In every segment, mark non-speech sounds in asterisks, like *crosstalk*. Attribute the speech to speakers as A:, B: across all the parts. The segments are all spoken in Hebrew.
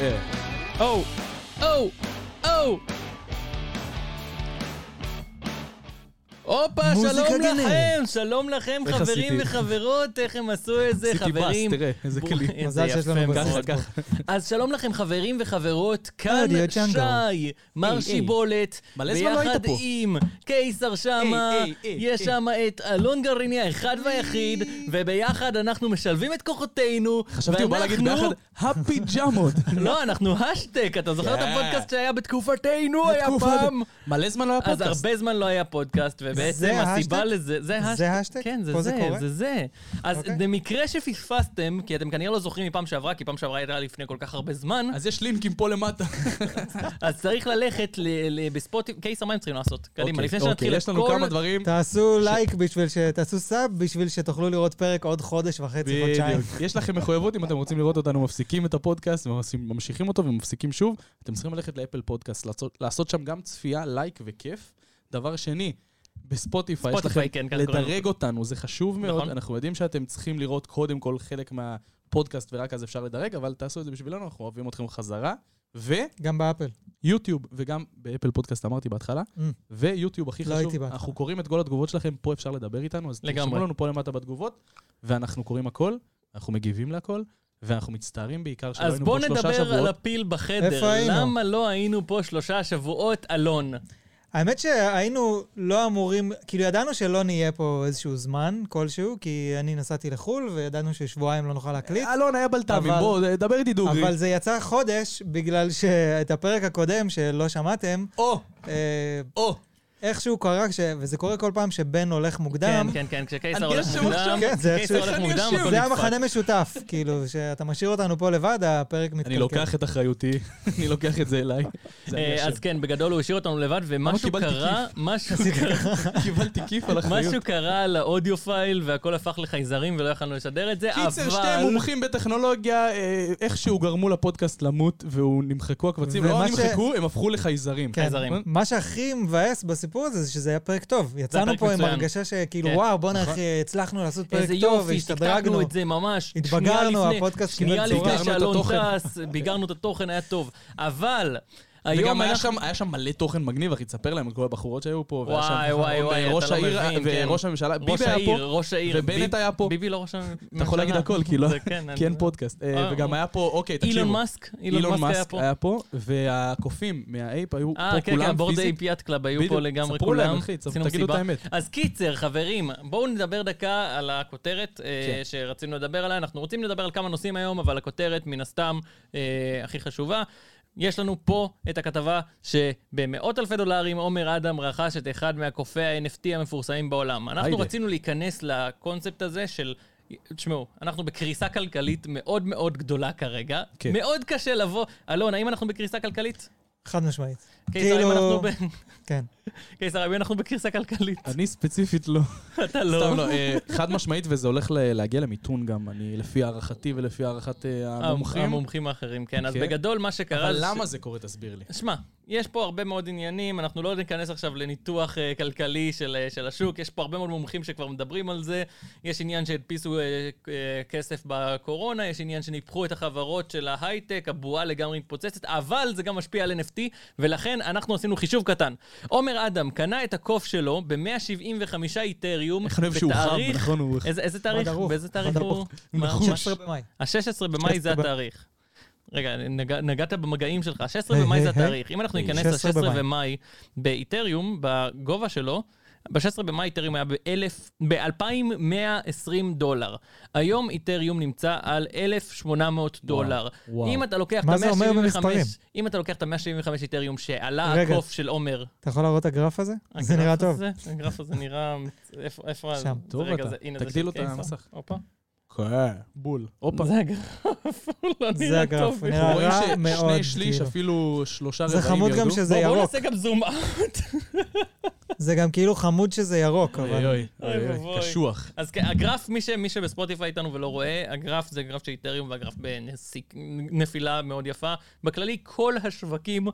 A: 예. 어우,
B: Oh.
A: 어우, 어우. הופה,
B: מוזיקה
A: שלום
B: גנרית.
A: לכם, כן, שלום לכם
B: איך
A: חברים
B: עשיתי?
A: וחברות, איך הם עשו את זה,
B: עשיתי בס,
A: חברים.
B: תראה, איזה
A: בוא,
B: כלי.
A: איזה
C: מזל שיש לנו
A: יפה
C: בס.
A: מאוד.
C: ככה,
A: אז שלום לכם חברים
B: אה,
A: וחברות, כאן
C: רדיו ג'נגל.
A: שי, מר
B: היי.
A: שיבולת,
B: מלא זמן לא
A: ביחד
B: היית פה.
A: עם קיסר שמה,
B: היי, היי,
A: יש
B: היי.
A: שמה את אלון גרעיני האחד והיחיד, וביחד אנחנו משלבים את כוחותינו,
B: חשבתי הוא בא להגיד
A: ואנחנו-
B: ביחד, *laughs* הפיג'מות.
A: לא, אנחנו השטק, אתה זוכר את
B: Yeah.
A: הפודקאסט שהיה בתקופתנו, היה
B: בתקופה-
A: פעם?
B: מלא זמן לא היה
A: אז
B: פודקאסט.
A: הרבה זמן לא היה פודקאסט, ובעצם
C: זה
A: הסיבה
C: ההשטג?
A: לזה... זה
C: זה
A: ההשטג?
C: ההשטג?
A: כן, זה
C: פה זה
A: זה,
C: קורה?
A: זה זה. אז
C: אוקיי.
A: במקרה שפספסתם, כי אתם כנראה לא זוכרים מפעם שעברה, כי פעם שעברה הייתה לפני כל כך הרבה זמן,
B: אז יש לינקים פה למטה.
A: אז צריך ללכת בספוטיפיי, קייס המים צריכים לעשות. קדימה,
B: אוקיי,
A: לפני
B: אוקיי,
A: שנתחיל את
B: יש לנו
A: כל-
B: כמה דברים.
C: תעשו לייק בשביל ש... תעשו סאב בשביל שתוכלו לראות פרק עוד חודש וחצי, חודשיים.
B: בדיוק. יש לכם מחויבות, אם אתם רוצים לראות אותנו מפסיקים את הפודקאסט, וממשיכים אותו ומפסיקים שוב, אתם צריכים ללכת לאפל פודקאסט, לעשות- לעשות שם גם צפייה, לייק וכיף. דבר שני, בספוטיפיי יש לכם
A: ספוטיפיי, כן, ככה קוראים
B: לדרג אותנו, זה חשוב מאוד.
A: נכון.
B: אנחנו יודעים שאתם צריכים לראות קודם כל חלק מהפודקאסט ורק אז אפשר לדרג, אבל תעשו את זה בשבילנו, אנחנו אוהבים אתכם חזרה.
C: גם באפל.
B: ויוטיוב, וגם באפל פודקאסט אמרתי בהתחלה,
C: Mm.
B: ויוטיוב הכי
C: לא
B: חשוב,
C: הייתי בהתחלה.
B: אנחנו קוראים את כל התגובות שלכם, פה אפשר לדבר איתנו, אז
A: לגמרי.
B: תרשמו לנו פה למטה בתגובות, ואנחנו קוראים הכל, אנחנו מגיבים להכל, ואנחנו מצטערים בעיקר שלא
A: אז
B: היינו פה
A: בוא
B: שלושה
A: נדבר על
B: שבועות.
A: הפיל בחדר.
C: איפה היינו?
A: למה לא היינו פה שלושה שבועות, אלון?
C: האמת שהיינו לא אמורים, כאילו ידענו שלא נהיה פה איזשהו זמן כלשהו, כי אני נסעתי לחו"ל וידענו ששבועיים לא נוכל להקליט,
B: אלון היה בלת"מים,
C: אבל-
B: בוא, דבר איתי דוגרי.
C: אבל זה יצא חודש בגלל שאת הפרק הקודם שלא שמעתם,
B: או,
C: אה,
B: או,
C: איכשהו קרה, כש- וזה קורה כל פעם שבן הולך מוקדם,
A: כן, כן, כן, כשקייסר
B: אני
A: הולך
B: יושב
A: מוקדם,
B: עכשיו.
C: כן, זה
A: קייסר
C: איכשהו-
A: הולך
B: איך אני
A: מוקדם,
B: יושב?
A: הכל
C: זה
A: נדפק.
C: המחנה משותף, כאילו, שאתה משאיר אותנו פה לבד, הפרק מתקלקל.
B: אני לוקח את אחריותי, *laughs* אני לוקח את זה אליי. זה אני
A: אה,
B: אשם.
A: אז כן, בגדול הוא השאיר אותנו לבד, ומשהו
B: קיבלתי
A: קרה, משהו קרה,
B: קיבלתי כיף על אחריות.
A: משהו קרה על האודיו פייל, והכל הפך לחייזרים ולא יכלנו לשדר את זה, אבל...
B: קיצר, שתי מומחים בטכנולוגיה, אה, איכשהו גרמו לפודקאסט למות, והוא נמחקו הקבצים. לא
C: ומה ש-
B: נמחקו, הם הפכו לחייזרים.
C: כן,
A: חייזרים.
C: מה שהכי מבאס בסיפור הזה, זה שזה היה פרק טוב.
A: פרק
C: יצאנו פה עם
A: מצוין.
C: הרגשה שכאילו,
A: כן.
C: וואו, בואנה, אחי, הצלחנו לעשות פרק
A: איזה
C: טוב,
A: יופי,
C: והשתדרגנו.
A: תקתקנו את זה ממש.
C: התבגרנו,
A: שנייה לפני-
C: הפודקאסט קיבל
A: שנייה
C: צורה.
A: לפני
B: ביגרנו את
A: שאלון
B: התוכן.
A: טס, ביגרנו את התוכן, היה טוב. אבל,
B: וגם
A: היום
B: היה
A: אנחנו...
B: שם, היה שם מלא תוכן מגניב, אחי, תספר להם על כל הבחורות שהיו פה. והיה
A: וואי,
B: שם-
A: וואי, וואי, אתה
B: וראש
A: לא
B: העיר אה,
A: מבין, כן.
B: וראש הממשלה, ביבי
A: ראש
B: היה
A: העיר,
B: פה,
A: ראש העיר.
B: ובנט
A: ביב-
B: היה פה.
A: ביבי לא ראש הממשלה.
B: אתה יכול להגיד הכל, כי לא-
A: זה כן,
B: כי אין
A: אני-
B: פודקאסט. אה,
A: אה,
B: וגם
A: אה.
B: היה פה, אוקיי, תקשיבו.
A: אילון מאסק, אילון מאסק היה פה.
B: היה פה, והקופים מהאייפ היו פה כולם
A: אה,
B: פיזית.
A: כן, כן, הבורד APIAT קלאב היו פה
B: בדיוק,
A: לגמרי
B: ספרו להם,
A: כולם.
B: אחי,
A: עשינו
B: תגידו את
A: מסיבה.
B: האמת.
A: אז קיצר, חברים, בואו נדבר דקה על הכותרת אה,
B: כן.
A: שרצינו לדבר עליה. אנחנו רוצים לדבר על כמה נושאים היום, אבל הכותרת, מן הסתם, אה, הכי חשובה. יש לנו פה את הכתבה שבמאות אלפי דולרים עומר אדם רכש את אחד מהקופי ה-NFT המפורסמים בעולם. אנחנו
B: היידה.
A: רצינו להיכנס לקונספט הזה של... תשמעו, אנחנו בקריסה כלכלית מאוד מאוד גדולה כרגע.
B: כן.
A: מאוד קשה לבוא... אלון, האם אנחנו בקריסה כלכלית?
C: חד משמעית.
B: כאילו-
A: קיסר, האם אנחנו ב... *laughs*
C: כן.
A: קיסר, האם אנחנו בקריסה כלכלית?
B: אני ספציפית לא.
A: אתה
B: סתם
A: *laughs* לא.
B: לא, אה, חד משמעית, וזה הולך ל- להגיע למיתון גם, אני, לפי הערכתי ולפי הערכת אה, המומחים.
A: המומחים האחרים, כן. אז
B: כן.
A: בגדול, מה שקרה...
B: אבל
A: זה ש-
B: למה זה קורה? תסביר
A: *laughs*
B: לי.
A: שמע, יש פה הרבה מאוד עניינים, אנחנו לא ניכנס עכשיו לניתוח אה, כלכלי של, אה, של השוק, יש פה הרבה מאוד מומחים שכבר מדברים על זה, יש עניין שהדפיסו אה, אה, כסף בקורונה, יש עניין שניפחו את החברות של ההייטק, הבועה לגמרי מתפוצצת, אבל זה גם משפיע על NFT, ולכן אנחנו עשינו חישוב קטן. עומר אדם קנה את הקוף שלו ב-175 איתריום,
B: איך אני אוהב שהוא חם,
A: בתאריך-
B: נכון הוא...
A: איזה, איזה תאריך?
C: ערוך,
A: באיזה תאריך
C: עד
A: הוא?
C: ערוך.
A: מה-
B: נחוש.
A: מה-
C: 16 במאי.
A: ה-16 במאי זה
C: 16 ב-
A: התאריך. רגע, נג, נגעת במגעים שלך, ה-16
C: היי,
A: במאי זה
C: היי, היי.
A: התאריך. אם אנחנו
B: היי,
A: ניכנס
C: 16
A: ל-16
C: במאי.
A: במאי באיתריום, בגובה שלו, ב-16 במאי איתריום היה ב-1000, ב-2120 דולר. היום איתריום נמצא על 1,800 דולר.
B: וואו.
A: אם אתה לוקח את
C: מה זה אומר
A: ה-175,
C: במספרים?
A: אם אתה לוקח את ה-175 איתריום שעלה
C: רגע.
A: הקוף של עומר,
C: אתה יכול להראות את הגרף הזה? זה
A: הגרף
C: נראה טוב.
A: הזה- הגרף הזה נראה, איפה, איפה,
C: שם.
A: זה
B: טוב
A: רגע,
B: אתה.
A: זה- הנה, זה
B: תגדיל
A: של
B: לו את
A: קיסר.
B: המסך.
A: הופה.
B: כן, בול. הופה.
A: זה הגרף, *laughs* הוא לא
C: זה
A: נראה
C: הגרף,
A: טוב.
C: הוא
A: בכלל.
C: נראה
B: רואים
C: רע מאוד.
B: ששני שליש,
C: כאילו.
B: אפילו שלושה
C: זה
B: רבעים
C: חמוד גם
B: ירדו.
C: שזה
A: בואו
C: ירוק.
A: נעשה גם זום אאוט.
C: זה גם כאילו חמוד שזה ירוק, אבל...
B: אוי אוי,
A: אוי
B: אוי,
A: ואבוי.
B: אוי, קשוח.
A: *laughs* אז כן, הגרף, מי, ש, מי שבספוטיפיי איתנו ולא רואה, הגרף זה גרף של איתריום והגרף בנפילה מאוד יפה. בכללי, כל השווקים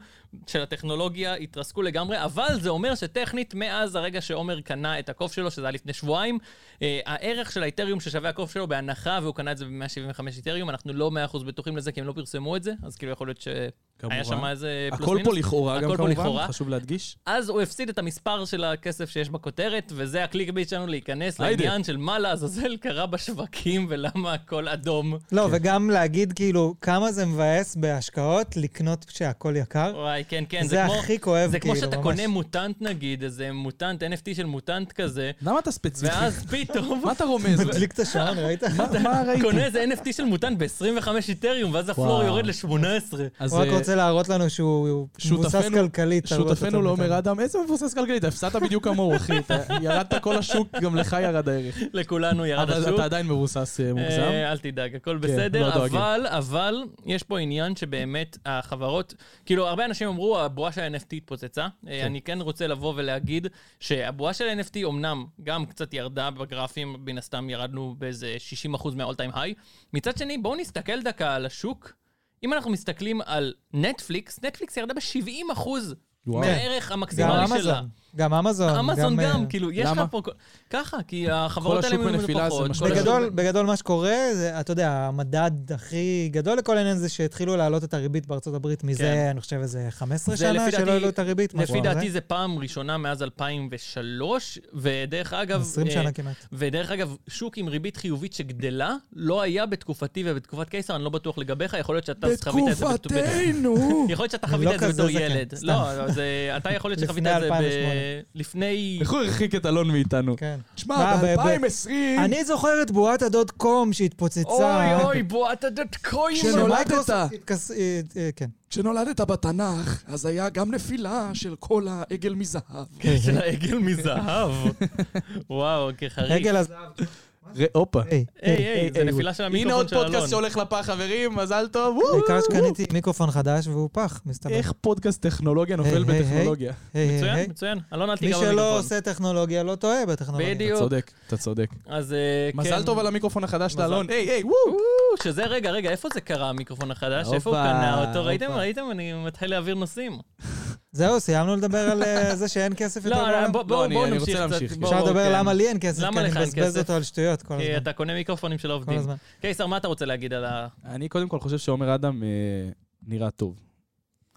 A: של הטכנולוגיה התרסקו לגמרי, אבל זה אומר שטכנית, מאז הרגע שעומר קנה את הקוף שלו, שזה היה לפני שבועיים, אה, הערך של האיתריום ששווה הקוף שלו, בהנחה, והוא קנה את זה ב-175 איתריום, אנחנו לא 100% בטוחים לזה, כי הם לא פרסמו את זה, אז כאילו יכול להיות שהיה שם
B: כמובן.
A: איזה אה, פלוס
B: הכל
A: מינוס.
B: פה לכאורה, גם
A: הכל פה לכאורה.
B: כמובן, חשוב להדגיש.
A: אז הוא הפסיד את המספר של הכסף שיש בכותרת, וזה הקליק בייט שלנו להיכנס
B: היידה.
A: לעניין של מה לעזאזל קרה בשווקים ולמה הכל אדום.
C: לא, וגם להגיד כאילו כמה זה מבאס בהשקעות לקנות כשהכול יקר.
A: וואי, כן, כן, זה
C: זה
A: כמו...
C: הכי כואב,
A: זה כמו
C: כאילו,
A: שאתה
C: ממש.
A: קונה מוטנט נגיד, איזה מוטנט, NFT של מוטנט כזה,
B: למה אתה ספציפי?
A: ואז פתאום
B: מה אתה *laughs* רומז?
C: מדליק את השעון,
A: *laughs*
C: ראית?
B: מה- מה ראיתי?
A: קונה איזה NFT של מוטנט ב-25 איתריום, ואז הפלור
B: וואו.
A: יורד ל-18.
B: אז
C: הוא רק
B: אה,
C: רוצה להראות לנו שהוא הוא מבוסס
B: שותפנו-
C: כלכלית. הרבה יותר
B: שותפנו
C: טוב
B: לא
C: מאיתנו.
B: אומר אדם, איזה מבוסס כלכלית, הפסדת בדיוק כמוהו, אחי. אתה ירדת כל השוק, גם לך ירד הערך.
A: לכולנו ירד
B: אבל
A: השוק.
B: אתה עדיין מבוסס אה, מוגזם.
A: אה, אל תדאג, הכל
B: כן,
A: בסדר,
B: לא דואגים.
A: אבל, אבל, יש פה עניין שבאמת החברות, כאילו, הרבה אנשים אמרו, הבועה של ה-NFT התפוצצה. אה, אני כן רוצה לבוא ולהגיד שהבועה של ה-NFT אמנם גם קצת ירדה בגרפים, מן הסתם ירדנו באיזה 60% מה-all time high. מצד שני, בואו נסתכל דקה על השוק. אם אנחנו מסתכלים על נטפליקס, נטפליקס ירדה ב-70%
B: וואו.
A: מהערך
C: גם
A: המקסימלי שלה.
C: אמזון. גם אמזון.
A: אמזון גם,
C: אה,
A: כאילו, יש לך
B: למה?
A: פה... ככה, כי החברות האלה
B: השוק בנפילה, זה
A: מנופחות, כל
B: משפיע.
A: השוק
C: בגדול, בגדול מה שקורה, זה, אתה יודע, המדד הכי גדול לכל העניין זה שהתחילו להעלות את הריבית בארצות הברית מזה,
A: כן.
C: אני חושב, איזה 15
A: זה
C: שנה
A: לפי
C: שלא
A: דעתי-
C: העלו את הריבית. משהו אה?
A: לפי
C: כזה.
A: דעתי זה פעם ראשונה מאז 2003, ודרך אגב...
C: 20
A: אה,
C: שנה כן. כמעט.
A: ודרך אגב, שוק עם ריבית חיובית שגדלה, לא היה בתקופתי ובתקופת קיסר, אני לא בטוח לגביך, יכול להיות שאתה חווית את זה בת- בת-
B: בתקופתנו!
A: יכול להיות שאתה
C: אני
A: חווית
C: לא
A: את זה
C: כזה
A: בתור
C: זקן,
A: ילד.
C: סתם.
A: לא, לא, זה- אתה יכול להיות שחווית
C: לפני
A: את זה ב-
C: 2008.
A: לפני...
B: איך הוא הרחיק את אלון מאיתנו?
C: כן.
B: תשמע,
C: מה, ב- ב-
B: ב-2020...
C: אני זוכר את בועת הדוט קום שהתפוצצה. *laughs*
A: אוי אוי, בועת הדות קויים!
B: כשנולדת.
C: כשמייקרוסופט התכס- אה, אה, כן.
B: כשנולדת בתנ"ך, אז היה גם נפילה של כל העגל מזהב.
C: כן,
A: של העגל מזהב. וואו, כחריף.
C: רגל הזהב.
B: הופה.
C: היי,
A: היי,
C: היי.
A: היי, זה נפילה של
B: הנה
A: המיקרופון
B: עוד
A: של אלון.
B: פודקאסט שהולך לפח, חברים, מזל טוב. וואו.
C: העיקר אה, שקניתי מיקרופון חדש והוא פח, מסתבר.
B: איך פודקאסט טכנולוגיה נופל
C: היי, היי,
B: בטכנולוגיה?
C: היי, היי, היי.
A: מצוין, מצוין. אלון, אל
C: מי
A: תיגע
C: שלא
A: במיקרופון.
C: עושה טכנולוגיה לא טועה בטכנולוגיה.
A: בדיוק.
B: אתה צודק, אתה צודק.
A: אז אה, כן.
B: מזל טוב על המיקרופון החדש
A: מזל.
B: לאלון. היי, היי, וואו.
A: וואו, שזה, רגע, רגע, איפה זה קרה, המיקרופון החדש? איפה הוא
B: הופה,
A: קנה אותו? ראיתם?
B: הופה.
A: ראיתם? אני מתחיל להעביר נושאים.
C: זהו, סיימנו לדבר על אה, זה שאין כסף יותר
A: לא,
C: בעולם?
A: בואו
B: לא,
A: בואו
B: אני- אני רוצה
A: נמשיך קצת.
B: להמשיך.
A: בואו,
C: אפשר
A: בואו,
C: לדבר
A: כן.
C: למה לי אין כסף,
A: למה
C: כי אני
A: לך אין
C: מבזבז
A: כסף?
C: אותו על שטויות כל
A: כי
C: הזמן.
A: אתה קונה מיקרופונים שלא
C: כל
A: עובדים.
C: הזמן.
A: קיסר, מה אתה רוצה להגיד על ה...
B: אני קודם כל חושב שעומר אדם אה, נראה טוב.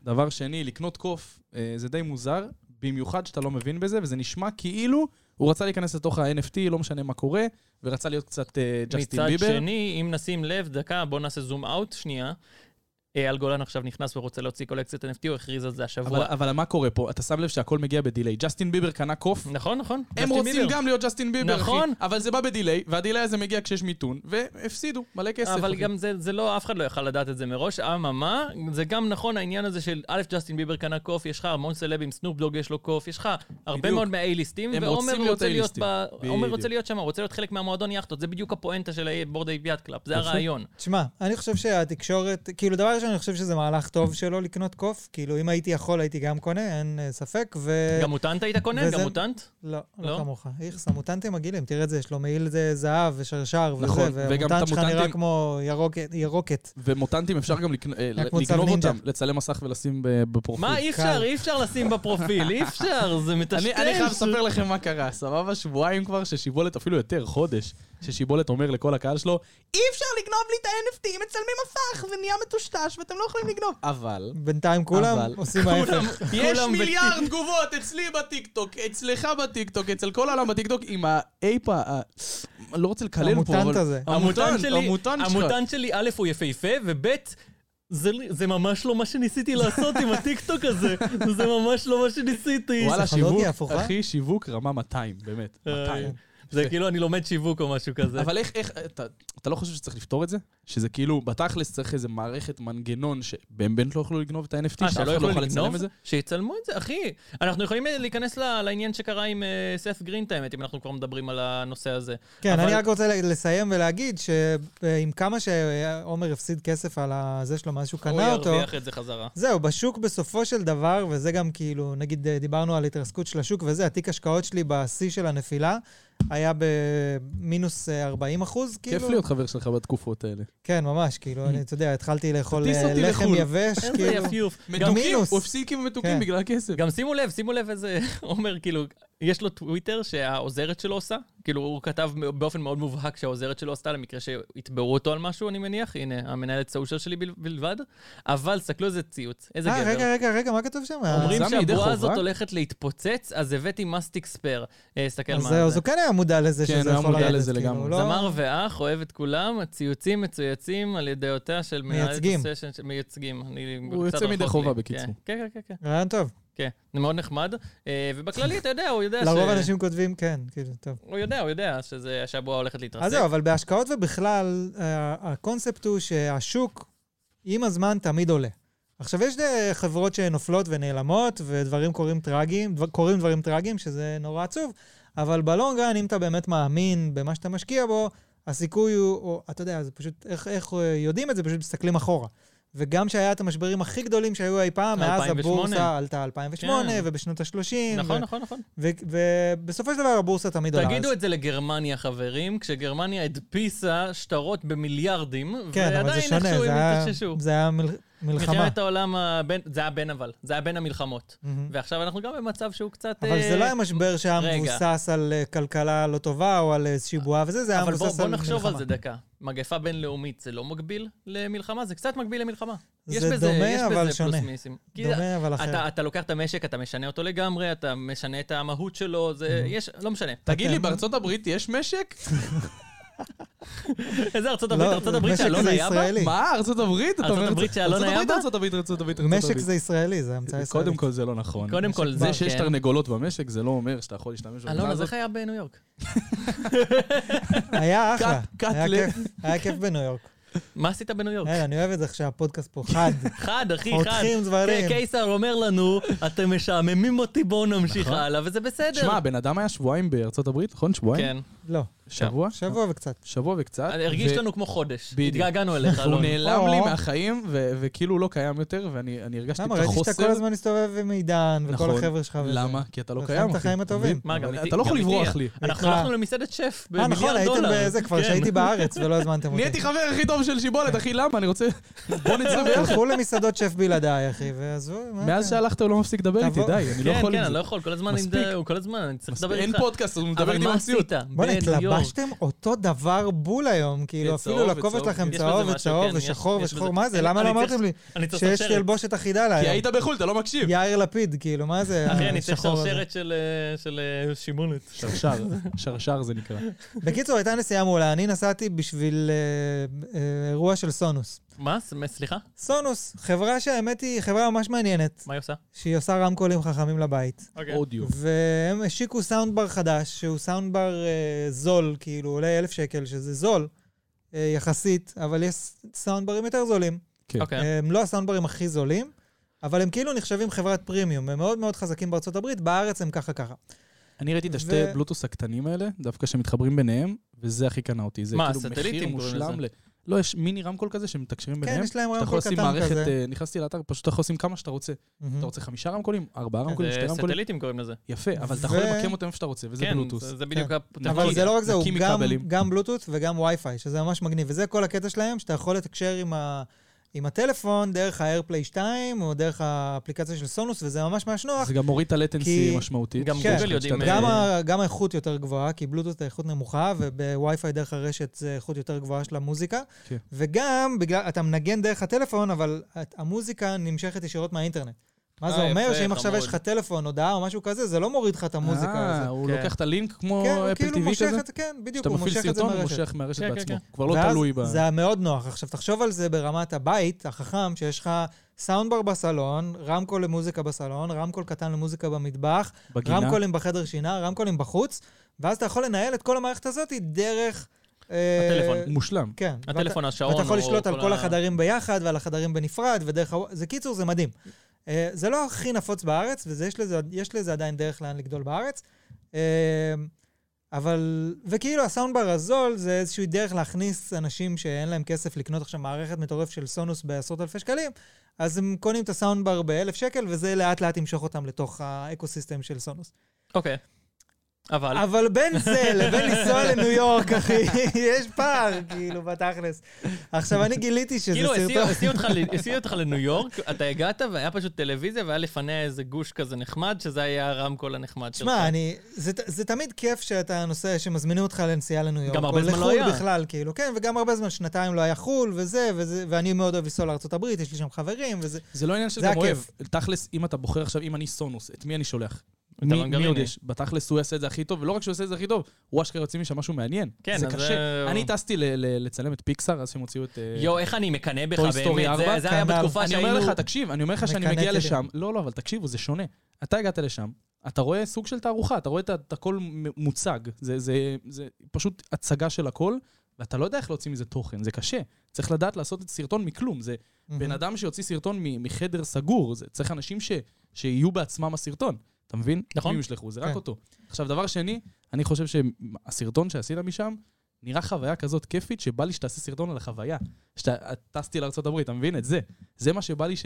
B: דבר שני, לקנות קוף אה, זה די מוזר, במיוחד שאתה לא מבין בזה, וזה נשמע כאילו הוא רצה להיכנס לתוך ה-NFT, לא משנה מה קורה, ורצה להיות קצת אה, ג'סטין
A: מצד
B: ביבר.
A: שני, אם נשים לב, דקה, בואו נעשה זום אאוט שנייה. אייל גולן עכשיו נכנס ורוצה להוציא קולקציית NFT, הוא הכריז על זה
B: אבל,
A: השבוע.
B: אבל מה קורה פה? אתה שם לב שהכל מגיע בדיליי. ג'סטין ביבר קנה קוף,
A: נכון, נכון.
B: הם
A: ג'סטין
B: רוצים
A: ביבר.
B: גם להיות ג'סטין ביבר,
A: נכון.
B: אחי. אבל זה בא בדיליי, והדיליי הזה מגיע כשיש מיתון, והפסידו מלא כסף.
A: אבל
B: אחי.
A: גם זה, זה לא, אף אחד לא יכל לדעת את זה מראש. אממה, זה גם נכון העניין הזה של א', ג'סטין ביבר קנה קוף, יש לך המון סלבים, סנופ דוג יש לו קוף, יש לך הרבה
B: בדיוק.
A: מאוד מהאייליסטים,
B: הם
A: ועומר
B: רוצים להיות
A: רוצה להיות,
B: A-ליסטים.
A: ב... עומר רוצה
B: בדיוק.
A: להיות שם, הוא רוצה להיות חלק מהמועדון יאכטות, זה בדיוק הפואנטה של הבורד היביעת קלאב, זה
B: יפה.
A: הרעיון.
C: תשמע, אני חושב שהתקשורת, כאילו, דבר ראשון, אני חושב שזה מהלך טוב שלו לקנות קוף. כאילו, אם הייתי יכול, הייתי גם קונה, אין אה, ספק, ו...
A: גם מוטנט היית קונה?
C: וזה-
A: גם מוטנט?
C: לא,
A: לא?
C: לא כמוך. איכס, המוטנטים מגעילים, תראה את זה, יש לו מעיל זה זהב ושרשר וזה,
B: נכון, וגם את
C: והמוטנט שלך נראה
B: המוטנטים-
C: כמו ירוקת- ירוקת.
B: ומוטנטים אפשר גם לקנ- אה,
C: רק מוצב
B: לגנוב
C: נינג'ה.
B: אותם, לצלם מסך ולשים ב- בפרופיל.
A: מה, אי אפשר,
C: קל.
A: אי אפשר לשים בפרופיל, אי אפשר, זה מטשטש.
B: אני, אני חייב לספר לכם מה קרה, סבבה? שבועיים כבר ששיבולת, אפילו יותר, חודש, ששיבולת אומר לכל הקהל שלו, אי אפשר לגנוב לי את ה-NFT, מצלמים הפך ונהיה מטושטש ואתם לא יכולים לגנוב. אבל...
C: בינתיים כולם
B: אבל-
C: עושים
A: כולם-
C: ההפך.
B: יש
A: כולם
B: מיליארד תגובות אצלי בטיקטוק, אצלך בטיקטוק, אצל כל העולם בטיקטוק, עם האייפה, ה- אה, אני לא רוצה לקלל פה,
C: המוטנט
B: אבל...
C: הזה.
A: המוטנט שלי,
B: המוטנט שלך.
A: המוטנט שלי, א', הוא יפהפה, וב', זה, זה ממש לא מה שניסיתי לעשות עם הטיקטוק הזה, *laughs* זה ממש לא מה שניסיתי.
B: וואלה,
C: פסיכולוגיה
B: שיווק,
C: הפוכה.
B: אחי, שיווק רמה 200, באמת.
A: אה,
B: 200.
A: זה כאילו אני לומד שיווק או משהו כזה.
B: אבל איך, איך, אתה, אתה לא חושב שצריך לפתור את זה? שזה כאילו, בתכלס צריך איזה מערכת מנגנון שבאמת לא יוכלו לגנוב את ה-NFT,
A: אה,
B: שאף אחד
A: שלא
B: לא
A: יוכלו
B: יוכל לצלם
A: לגנוב?
B: את זה?
A: שיצלמו את זה, אחי. אנחנו יכולים אה, להיכנס ל- לעניין שקרה עם אה, סף גרין, את האמת, אם אנחנו כבר מדברים על הנושא הזה.
C: כן,
A: אבל-
C: אני רק רוצה ל- לסיים ולהגיד שעם כמה שעומר הפסיד כסף על הזה שלו מאז שהוא
A: הוא
C: קנה אותו,
A: ירוויח את זה חזרה.
C: זהו, בשוק בסופו של דבר, וזה גם כאילו, נגיד אה, דיברנו על התרסקות של השוק וזה, התיק השקעות שלי בשיא של הנפילה היה במינוס אה, 40 אחוז, כאילו.
B: כיף להיות חבר שלך בתקופות האלה.
C: כן, ממש, כאילו, אני, אתה יודע, התחלתי לאכול
B: תטיס
C: אה,
B: אותי
C: לחם
B: לחו"ל.
C: יבש,
A: איזה
C: כאילו.
A: יפיוף. גם-
C: מתוק. מינוס.
B: הוא הפסיק עם מתוקים
C: כן.
B: בגלל הכסף.
A: גם שימו לב, שימו לב איזה *laughs* עומר, כאילו, יש לו טוויטר שהעוזרת שלו עושה, כאילו, הוא כתב באופן מאוד מובהק שהעוזרת שלו עשתה, למקרה שיתבעו אותו על משהו, אני מניח, הנה, המנהלת סושיאל שלי בל- בלבד, אבל סתכלו איזה ציוץ, איזה
C: אה,
A: גבר.
C: רגע, רגע, רגע, מה כתוב שם?
A: אומרים
B: זה מידי
A: שהבועה
B: חובה?
A: הזאת הולכת להתפוצץ, אז הבאתי מסטיק ספייר. אה, הסתכל
C: אז
A: מה
C: זהו,
A: זה.
C: אז הוא כן היה מודע לזה
B: כן,
C: שזה
B: הוא היה
C: יכול
B: מודע
C: לרדת,
B: לזה
C: כאילו,
B: לגמרי.
C: לא-
A: זמר ואח, אוהב את כולם, הציוצים מצויצים על ידיעותיה של מנהלת
C: מייצגים.
A: הסשן ש- מייצגים. אני
B: הוא
A: קצת
B: יוצא מידי
A: רחוק
B: חובה,
A: לי.
B: בקיצור.
A: כן, כן, כן, כן,
C: רעיון טוב.
A: כן. זה מאוד נחמד. אה, ובכללי, אתה יודע, הוא יודע ש...
C: לרוב האנשים כותבים, כן, כאילו, טוב.
A: הוא יודע, הוא יודע שזה, שהבועה הולכת להתרסק.
C: אז זהו, אבל בהשקעות ובכלל, אה, הקונספט הוא שהשוק, עם הזמן, תמיד עולה. עכשיו, יש אה, חברות שנופלות ונעלמות, ודברים קורים טרגיים, דבר- קורים דברים טרגיים, שזה נורא עצוב, אבל בלונגרן, אם אתה באמת מאמין במה שאתה משקיע בו, הסיכוי הוא, או, אתה יודע, זה פשוט, איך, איך אה, יודעים את זה? פשוט מסתכלים אחורה. וגם שהיה את המשברים הכי גדולים שהיו אי פעם, מאז
A: 2008.
C: הבורסה עלתה 2008,
A: כן.
C: ובשנות ה-30,
A: נכון, נכון, נכון.
C: ובסופו של דבר הבורסה תמיד עולה.
A: תגידו
C: לא, אז-
A: את זה לגרמניה, חברים, כשגרמניה הדפיסה שטרות במיליארדים,
C: כן, אבל זה
A: ועדיין
C: שונה,
A: איכשהו
C: זה
A: הם
C: היה-
A: התאוששו.
C: זה היה מל- מלחמה.
A: מלחמת העולם, הבין- זה היה בין אבל, זה היה בין המלחמות.
C: מהמם.
A: ועכשיו אנחנו גם במצב שהוא קצת...
C: אבל
A: אה,
C: זה לא היה משבר שהיה
A: רגע.
C: מבוסס על אה, כלכלה לא טובה או על איזושהי בועה וזה, זה היה
A: אבל בוא,
C: מבוסס
A: בוא
C: על מלחמה.
A: נחשוב על זה דקה. מגפה בינלאומית זה לא מקביל למלחמה? זה קצת מקביל למלחמה. יש
C: זה
A: בזה, יש
C: דומה,
A: בזה
C: אבל
A: פלוס
C: שונה.
A: מיסים. כי
C: דומה, אבל אחר.
A: אתה, אתה לוקח את המשק, אתה משנה אותו לגמרי, אתה משנה את המהות שלו, זה...
C: Mm-hmm.
A: יש... לא משנה.
B: תגיד לי,
C: אתם-
B: בארצות הברית יש משק?
A: איזה ארצות הברית?
C: לא,
A: ארצות הברית
C: משק
A: שאלון
C: זה
A: היה בה?
C: ישראלי.
B: מה, ארצות הברית? אתה אומר-
A: ארצות הברית שאלון היה בה?
B: ארצות הברית, ארצות הברית, ארצות הברית.
C: משק זה ישראלי, זה המצאה ישראלית.
B: קודם כל זה לא נכון.
A: קודם כל,
B: זה
A: זה
B: שיש
A: כן.
B: תרנגולות במשק, זה לא אומר שאתה יכול להשתמש בזה.
A: אלון, אז איך היה בניו יורק?
C: היה אחלה.
B: קאט- קאט
C: היה
B: ל-
C: כיף, היה כיף בניו
A: *laughs*
C: יורק.
A: מה עשית בניו יורק?
C: אין, אני אוהב את זה איך שהפודקאסט פה חד.
A: אוקיי. *laughs* חד, אחי, חד.
C: אה, חותכים דברים.
A: כן, קיסר אומר לנו, אתם משעממים אותי, בואו נמשיך הלאה, וזה בסדר.
B: נכון. שמע, הבן אדם היה שבועיים בארצות הברית, נכון? שבועיים?
A: כן.
C: לא,
B: שבוע?
C: שבוע וקצת.
B: שבוע וקצת.
A: הרגיש
B: אה, ו-
A: לנו כמו חודש.
B: בדיוק.
A: התגעגענו אליך,
B: הוא
A: אלון.
B: נעלם לי
C: או.
B: מהחיים, ו- וכאילו הוא לא קיים יותר, ואני אני הרגשתי את
C: למה? ראיתי שאתה
B: החוסר.
C: כל הזמן מסתובב עם עידן וכל
B: נכון.
C: החבר'ה שלך. וזה. אה,
B: למה? כי אתה לא
C: וחיים
B: קיים,
C: את
B: אחי.
C: החיים
B: אתה
C: הטובים.
A: מה, גם
B: אבל
A: איתי-
B: אתה לא יכול
A: גם איתך.
C: *laughs*
B: לברוח לי.
A: אנחנו
C: איתך.
A: הלכנו למסעדת שף
C: אה, נכון,
A: במיליארד
C: הייתם
A: דולר.
C: בזה כבר,
A: כן.
C: שהייתי בארץ ולא
A: *laughs*
C: הזמנתם אותי.
B: נהייתי חבר הכי טוב של שיבולת, אחי, למה? אני רוצה... בוא
C: *laughs*
B: נצא ביחד.
C: הלכו למסעדות שף בלעדיי, אחי, ועזבו. מה
B: מאז
C: אתה-
B: שהלכת הוא לא מפסיק לדבר איתי,
C: תבוא.
B: די, אני לא
A: כן,
B: יכול
A: כן,
B: עם
A: אני
B: זה.
A: לא יכול, כל הזמן אני
B: מספיק.
A: מדבר- כל הזמן, אני צריך לדבר
B: אין
A: איתך.
B: פודקאסט, אז הוא מדבר
A: אבל
B: איתי
A: מה
B: במציאות.
A: עשית?
C: בואנה,
A: בניו יורק.
C: התלבשתם אותו דבר בול היום, כאילו,
B: צהוב
C: אפילו לכובע
B: וצהוב.
A: יש
C: שלכם
A: בזה
C: צהוב
A: משהו,
C: וצהוב
A: כן, יש-
C: ושחור
A: יש
C: ושחור,
A: בזה-
C: מה זה?
A: אני-
C: למה
A: אני
C: לא
A: צריך-
C: אמרתם לי
A: אני צריך
C: שיש
A: שרשרת.
C: תלבושת אחידה לה?
B: כי היית בחו"ל, אתה לא מקשיב.
C: *laughs* יאיר לפיד, כאילו, מה זה
A: אחי, אני צריך
C: השחור הזה?
A: שרשרת של, אה, של אה, שימולת.
B: שרשר, שרשר זה נקרא.
C: בקיצור, הייתה נסיעה מעולה, אני נסעתי בשביל אה, אה, אירוע של סונוס.
A: מה? ס- סליחה?
C: סונוס, חברה שהאמת היא חברה ממש מעניינת,
A: מה היא עושה?
C: שהיא עושה רמקולים חכמים לבית.
A: אוקיי.
B: אודיו.
C: והם השיקו סאונדבר חדש, שהוא סאונדבר אה, זול, כאילו עולה אלף שקל, שזה זול אה, יחסית, אבל יש סאונדברים יותר זולים.
B: כן.
A: אוקיי.
C: הם לא הסאונדברים הכי זולים, אבל הם כאילו נחשבים חברת פרימיום, הם מאוד מאוד חזקים בארצות הברית, בארץ הם ככה ככה.
B: אני ראיתי את השתי
C: ו-
B: בלוטוס הקטנים האלה, דווקא שמתחברים ביניהם, וזה הכי קנה אותי. זה
A: מה,
B: כאילו מחיר
A: הסטליטים קוראים
B: מושלם ל...
A: לזה.
B: לא, יש מיני רמקול כזה שמתקשרים
C: כן,
B: ביניהם.
C: יש להם
B: אתה יכול
C: רמקול
B: לשים
C: קטן
B: מערכת,
C: כזה. Mm.
B: אה, נכנסתי לאתר, פשוט אתה יכול לשים כמה שאתה רוצה.
C: מהמם.
B: אתה רוצה חמישה רמקולים, ארבעה רמקולים, שתי
A: זה
C: לא
B: רמקולים,
A: סטליטים קוראים לזה.
B: יפה, אבל אתה
C: ו-
B: יכול למקם אותם איפה שאתה רוצה, וזה
A: כן,
B: בלוטוס.
A: זה- זה בדיוק
C: כן.
A: הפתרון.
C: אבל זה לא רק זה, הוא
B: נקי
C: גם,
B: מכבלים.
C: גם בלוטות וגם וי-פיי, שזה ממש מגניב. וזה כל הקטע שלהם, שאתה יכול לתקשר עם, ה, עם הטלפון דרך ה-AirPlay 2, או דרך האפליקציה של סונוס, וזה ממש ממש נוח.
B: זה גם מוריד את הלטנסי
C: כי- כן,
B: משמעותית. כן,
A: גם
B: שיש
C: גוגל
B: לך
A: יודעים,
B: כשאתה-
A: אה,
C: גם, ה, גם האיכות יותר גבוהה, כי בלוטות האיכות נמוכה, ובווי-פיי דרך הרשת זה איכות יותר גבוהה של המוזיקה.
B: כן.
C: וגם, בגלל, אתה מנגן דרך הטלפון, אבל את, המוזיקה נמשכת ישירות מהאינטרנט. מה זה
A: אה,
C: אומר?
A: יפה,
C: שאם עכשיו
A: חמוד.
C: יש לך טלפון, הודעה או משהו כזה, זה לא מוריד לך את המוזיקה
B: אה,
C: הזאת.
B: הוא לא
A: כן.
B: לוקח את הלינק כמו
C: כן, הוא
B: אפל
C: כאילו
B: TV
C: מושך
B: כזה?
C: את כן, בדיוק,
B: כשאתה
C: הוא
B: מפעיל
C: מושך את זה
B: סרטון, הוא
C: מהרשת.
B: מושך מהרשת
A: כן, כן,
B: בעצמו.
A: כן.
B: כבר לא
C: ואז
B: תלוי ב...
C: זה היה מאוד נוח. עכשיו, תחשוב על זה ברמת הבית החכם, שיש לך סאונדבר בסלון, רמקול למוזיקה בסלון, רמקול קטן למוזיקה במטבח,
B: בגינה.
C: רמקולים בחדר שינה, רמקולים בחוץ, ואז אתה יכול לנהל את כל המערכת הזאת דרך... אה,
A: הטלפון.
B: מושלם.
C: כן. ואתה-
A: הטלפון, השעון,
C: ואתה יכול
A: או
C: לשלוט על כל
A: ה-
C: החדרים ביחד ועל החדרים בנפרד, ודרך... הוו- זה קיצור, זה מדהים. אה, זה לא הכי נפוץ בארץ, ויש לזה, יש לזה עדיין דרך לאן לגדול בארץ. אה, אבל, וכאילו הסאונדבר הזול זה איזושהי דרך להכניס אנשים שאין להם כסף לקנות עכשיו מערכת מטורף של סונוס בעשרות אלפי שקלים, אז הם קונים את הסאונדבר באלף שקל, וזה לאט לאט ימשוך אותם לתוך האקוסיסטם של סונוס.
A: אוקיי. אבל,
C: אבל בין זה לבין לנסוע לניו יורק, אחי, יש פער, כאילו, בתכלס. עכשיו, אני גיליתי שזה
A: כאילו, הסיעו-
C: סרטון...
A: הסיעו אותך
C: *laughs*
A: ל- הסיעו אותך לניו יורק, אתה הגעת והיה פשוט טלוויזיה והיה לפניה איזה גוש כזה נחמד, שזה היה הרמקול הנחמד שלך.
C: תשמע, אני... זה ת- זה תמיד כיף שאתה נוסע, שמזמינים אותך לנסיעה לניו יורק.
A: גם הרבה
C: או
A: זמן לא
C: לחו"ל
A: היה.
C: בכלל, כאילו, כן, וגם הרבה זמן, שנתיים לא היה חו"ל, וזה, וזה, ואני מאוד אוהב לנסוע לארה"ב, יש לי שם חברים, וזה...
B: זה לא עניין של
C: זה
B: גם אוהב.
C: הכיף.
B: תכלס, אם אתה בוחר עכשיו, אם אני סונוס, את מי אני שולח?
A: את
B: מי-
A: המנגריני.
B: מי עוד יש? בתכלס הוא יעשה את זה הכי טוב, ולא רק שהוא יעשה את זה הכי טוב, הוא אשכרה יוצא משם משהו מעניין.
A: כן,
B: זה
A: אז
B: קשה.
A: זה-
B: אני טסתי ל- ל- לצלם את פיקסאר, אז שהם הוציאו את... אה,
A: יואו, איך אני מקנא בך,
B: טוי סטורי
A: באמת, זה-
B: ארבע,
A: זה היה
C: כנ"ל.
A: בתקופה
B: אני
A: שהיינו...
B: אומר לך, תקשיב, אני אומר לך שאני
C: מקנא
B: מגיע
C: כדי.
B: לשם. לא, לא, אבל תקשיבו, זה שונה. אתה הגעת לשם, אתה רואה סוג של תערוכה, אתה רואה את ה- את הכל מ- מוצג. זה- זה זה פשוט הצגה של הכל, ואתה לא יודע איך להוציא מזה תוכן, זה קשה. צריך לדעת לעשות את סרטון מכלום. זה
A: Mm-hmm.
B: בן אדם שיוציא סרטון מ- מחדר סגור, זה צריך אנשים ש- שיהיו בעצמם הסרטון. אתה מבין?
A: נכון.
B: מי ישלחו, זה
C: כן.
B: רק אותו. עכשיו, דבר שני, אני חושב שהסרטון שעשית משם, נראה חוויה כזאת כיפית, שבא לי שתעשה סרטון על החוויה. שאתה טסתי לארה"ב, אתה מבין את זה? זה מה שבא לי ש...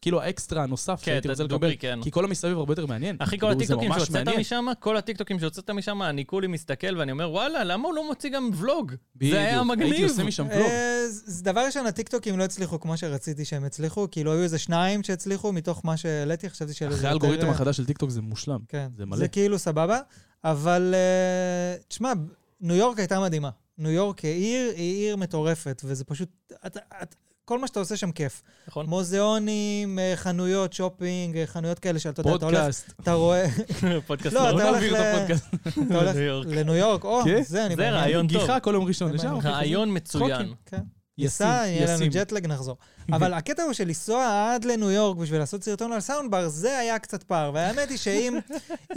B: כאילו האקסטרה הנוסף
A: כן,
B: שהייתי
A: את
B: רוצה
A: הדוגרי,
B: לקבל.
A: כן.
B: כי כל המסביב הרבה יותר מעניין.
A: אחי, כל
B: כאילו, זה
A: הטיקטוקים
B: ממש
A: שהוצאת
B: מעניין.
A: משם, כל הטיקטוקים שהוצאת משם, אני כולי מסתכל ואני אומר, וואלה, למה הוא לא מוציא גם ולוג?
B: בדיוק.
A: זה היה
B: הייתי
A: מגניב.
B: עושה משם פלוג.
C: אה, ז- ז- דבר ראשון, הטיקטוקים לא הצליחו כמו שרציתי שהם יצליחו, כאילו היו איזה שניים שהצליחו מתוך מה שהעליתי, חשבתי שאלה
A: אה,
C: אה,
B: אחרי האלגוריתם החדש של טיקטוק זה מושלם.
C: כן,
B: זה מלא.
C: זה כאילו סבבה, אבל אה, תשמע, ניו יורק הייתה מדהימה. ניו יורק כעיר היא עיר מטורפת, וזה פשוט, את, את, כל מה שאתה עושה שם כיף.
A: נכון.
C: מוזיאונים, אה, חנויות שופינג, אה, חנויות כאלה שאתה יודע, אתה הולך,
B: פודקאסט.
C: אתה
B: *laughs*
C: רואה,
A: *laughs* פודקאסט
C: לא,
A: לא
C: אתה
A: עולה.
C: הולך
B: נעביר את
C: ל-
B: הפודקאסט.
C: אתה
A: *laughs*
C: הולך
A: לניו יורק.
C: לניו יורק, או,
B: כן?
C: זה אני
A: זה רעיון טוב.
B: גיחה כל יום ראשון
C: זה
B: לשם.
C: מעניין.
A: רעיון מצוין.
B: צחוקים.
C: כן.
B: ישים,
C: ניסע, יהיה לנו
B: ישים.
C: ג'טלג,
A: *laughs*
C: נחזור. אבל הקטע הוא שלנסוע עד לניו יורק בשביל לעשות סרטון על סאונדבר, זה היה קצת פער. והאמת היא
A: *laughs*
C: שאם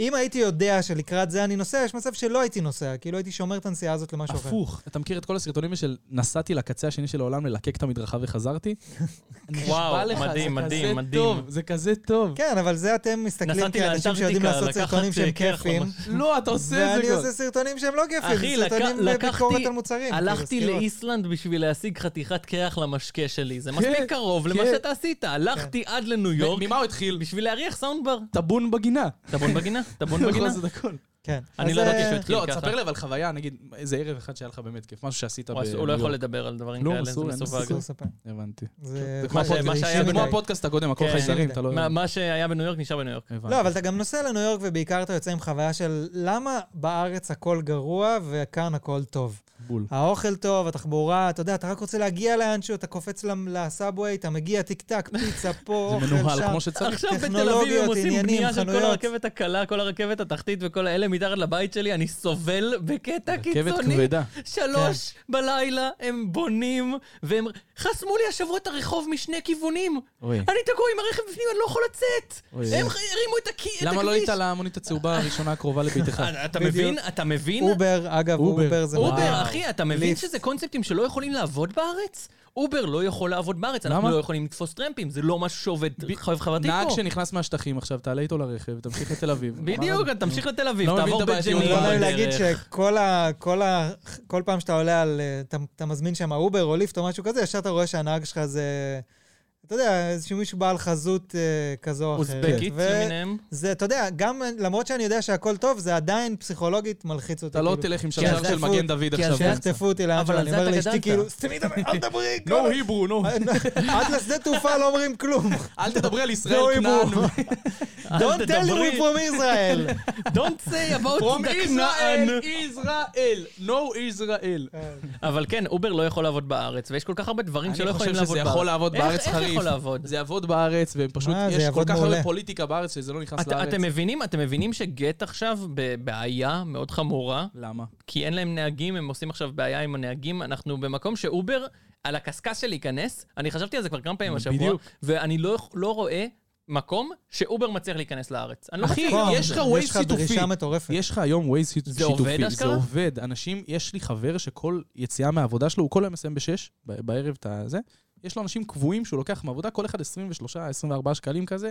C: אם הייתי יודע שלקראת זה אני נוסע, יש מצב שלא הייתי נוסע, כאילו הייתי שומר את הנסיעה הזאת למשהו אחר.
B: הפוך. אתה מכיר את כל הסרטונים של נסעתי לקצה השני של העולם ללקק את המדרכה
A: *laughs*
B: וחזרתי? נשבע
A: וואו,
B: לך, זה
A: מדהים,
B: כזה
A: מדהים, מדהים.
B: טוב, זה כזה טוב.
C: כן, אבל זה אתם מסתכלים
A: נסעתי
C: כאנשים שיודעים
A: לאנטארקטיקה
C: לעשות סרטונים
A: לקחת,
C: שהם
A: אה, קרח
C: כיפים,
A: ממש.
B: לא, אתה עושה את
C: ואני
B: זה כבר.
C: עושה סרטונים שהם לא
A: אחי,
C: כיפים,
A: לק-
C: סרטונים
A: לקחתי-
C: בביקורת על מוצרים.
B: אוקיי,
A: הלכתי
C: כאילו, סקירות.
A: לאיסלנד בשביל להשיג חתיכת קרח למשקה שלי. זה
B: כן,
A: מספיק קרוב למה
B: כן.
A: שאתה עשית. הלכתי עד לניו יורק
B: ממה הוא התחיל?
A: בשביל להריח סאונדבר.
B: טבון בגינה.
A: טבון בגינה? טבון
B: הוא יכול
A: בגינה?
B: לעשות הכל.
C: כן.
A: אני
C: אז,
A: לא
C: אה,
A: ידעתי שהוא התחיל
B: לא,
A: ככה.
B: תספר לי אבל חוויה, נגיד, איזה ערב אחד שהיה לך באמת כיף, משהו שעשית
A: הוא
B: בניו
A: הוא לא יכול
B: יורק.
A: לדבר על דברים
B: לא,
A: כאלה, זה
B: אסור, אין
A: מסווג.
B: אסור.
C: אסור לספר.
B: הבנתי.
C: אה, זה
B: זה כמו הפודקאסט-
A: מה שהיה
C: זה
B: כמו
C: אישי מדי.
B: הפודקאסט הקודם, הכל
A: כן.
B: חייזרים, אתה לא...
A: מה- מה שהיה בניו יורק נשאר בניו יורק.
B: הבנתי.
C: לא, אבל אתה גם נוסע לניו יורק ובעיקר אתה יוצא עם חוויה של למה בארץ הכל גרוע וכאן הכל טוב.
B: בול.
C: האוכל טוב, התחבורה, אתה יודע, אתה רק רוצה להגיע לאנשהו, אתה קופץ למ- לסאבווי, אתה מגיע טיק טק, פיצה פה,
B: *laughs* זה
C: אוכל
B: מנוהל
C: שם.
B: כמו שצריך.
A: עכשיו בתל אביב
C: טכנולוגיות,
A: הם עושים
C: עניינים,
A: בנייה של כל
C: חנויות.
A: הרכבת הקלה, כל הרכבת התחתית וכל האלה מתחת לבית שלי, אני סובל בקטע
B: רכבת
A: קיצוני.
B: כבדה.
A: שלוש
B: כן.
A: בלילה הם בונים, והם חסמו לי השבוע את הרחוב משני כיוונים.
B: אוי.
A: אני תקוע עם הרכב בפנים, אני לא יכול לצאת.
B: כן. אוי,
A: הם
B: אוי.
A: הרימו את הכי- את הכביש.
B: למה לא עלית על המונית הצהובה הראשונה הקרובה לביתך?
A: אתה- אתה
C: בדיוק.
A: מבין? אתה מבין?
C: אובר, אגב,
B: אובר.
C: אובר, זה...
A: אובר,
C: וואו.
A: אחי, אתה מבין
C: ליפט.
A: שזה קונספטים שלא יכולים לעבוד בארץ? אובר לא יכול לעבוד בארץ, אנחנו
B: למה?
A: לא יכולים לתפוס טרמפים, זה לא משהו שעובד
B: ב-
A: חב- חברתי
B: נהג
A: פה.
B: שנכנס מהשטחים עכשיו, תעלה איתו לרכב, תמשיך לתל אביב.
A: בדיוק, אתה תמשיך לתל אביב,
B: לא מבין
A: תעבור
B: את הבעייתיות
A: בג'נין.
C: לא נעים
A: בדרך.
C: להגיד שכל ה- כל ה- כל פעם שאתה עולה על... אה, אתה- אתה מזמין שם אובר או ליפט או משהו כזה, ישר אתה רואה שהנהג שלך זה... אתה יודע, איזשהו מישהו בעל חזות אה, כזו או אחרת.
A: אוזבקית
C: ו-
A: למיניהם.
C: זה, אתה יודע, גם למרות שאני יודע שהכל טוב, זה עדיין פסיכולוגית מלחיץ אותי.
B: אתה לא
C: כאילו.
B: תלך עם
C: כי
B: שרשר
C: אז
B: של
C: דפוק,
B: מגן דוד
C: כי
B: עכשיו.
C: אנשים יחטפו אותי לאן
A: אבל על
C: שאני
A: זה
C: אומר
A: אתה
C: לאשתי
A: גדלת.
C: כאילו, סתמי את
A: *laughs*
C: המ... אל תדברי,
A: לא,
B: נו,
C: כל-
B: היברו, נו.
C: עד לשדה תעופה לא אומרים כלום.
B: אל תדברי על ישראל
C: לא
B: כנען.
C: היברו. Don't tell
A: תדברי.
C: me from Israel.
A: Don't say about כנען.
B: ישראל, ישראל, no ישראל.
A: אבל כן, אובר לא יכול לעבוד בארץ, ויש כל כך הרבה דברים שלא
B: אני
A: יכולים
B: חושב
A: לעבוד בארץ.
B: שזה יכול לעבוד
A: איך-
B: בארץ
A: איך
B: חריף.
A: יכול לעבוד?
B: זה יעבוד בארץ, ופשוט
C: מה, אה, זה
B: יש כל
C: יעבוד
B: כך
C: מעולה.
B: הרבה פוליטיקה בארץ שזה לא נכנס
A: את-
B: לארץ.
A: אתם מבינים, אתם מבינים שגט עכשיו בבעיה מאוד חמורה,
B: למה?
A: כי אין להם נהגים, הם עושים עכשיו בעיה עם הנהגים. אנחנו במקום שאובר על הקשקש של להיכנס, אני חשבתי על זה כבר כמה פעמים השבוע,
B: בדיוק.
A: ואני לא, לא רואה מקום שאובר מצליח להיכנס לארץ. אני
B: *laughs*
A: לא
B: אחי,
A: מצליח.
C: נכון,
B: יש לך ווייז
C: יש לך
B: שיתופי.
C: דרישה מטורפת.
B: יש לך היום ווייז שיתופי.
A: זה עובד,
B: זה
A: אשכרה?
B: עובד. אנשים, יש לי חבר שכל יציאה מהעבודה שלו, הוא כל היום מסיים בשש, ב- בערב את הזה. יש לו אנשים קבועים שהוא לוקח מהעבודה, כל אחד 23, 24 שקלים כזה.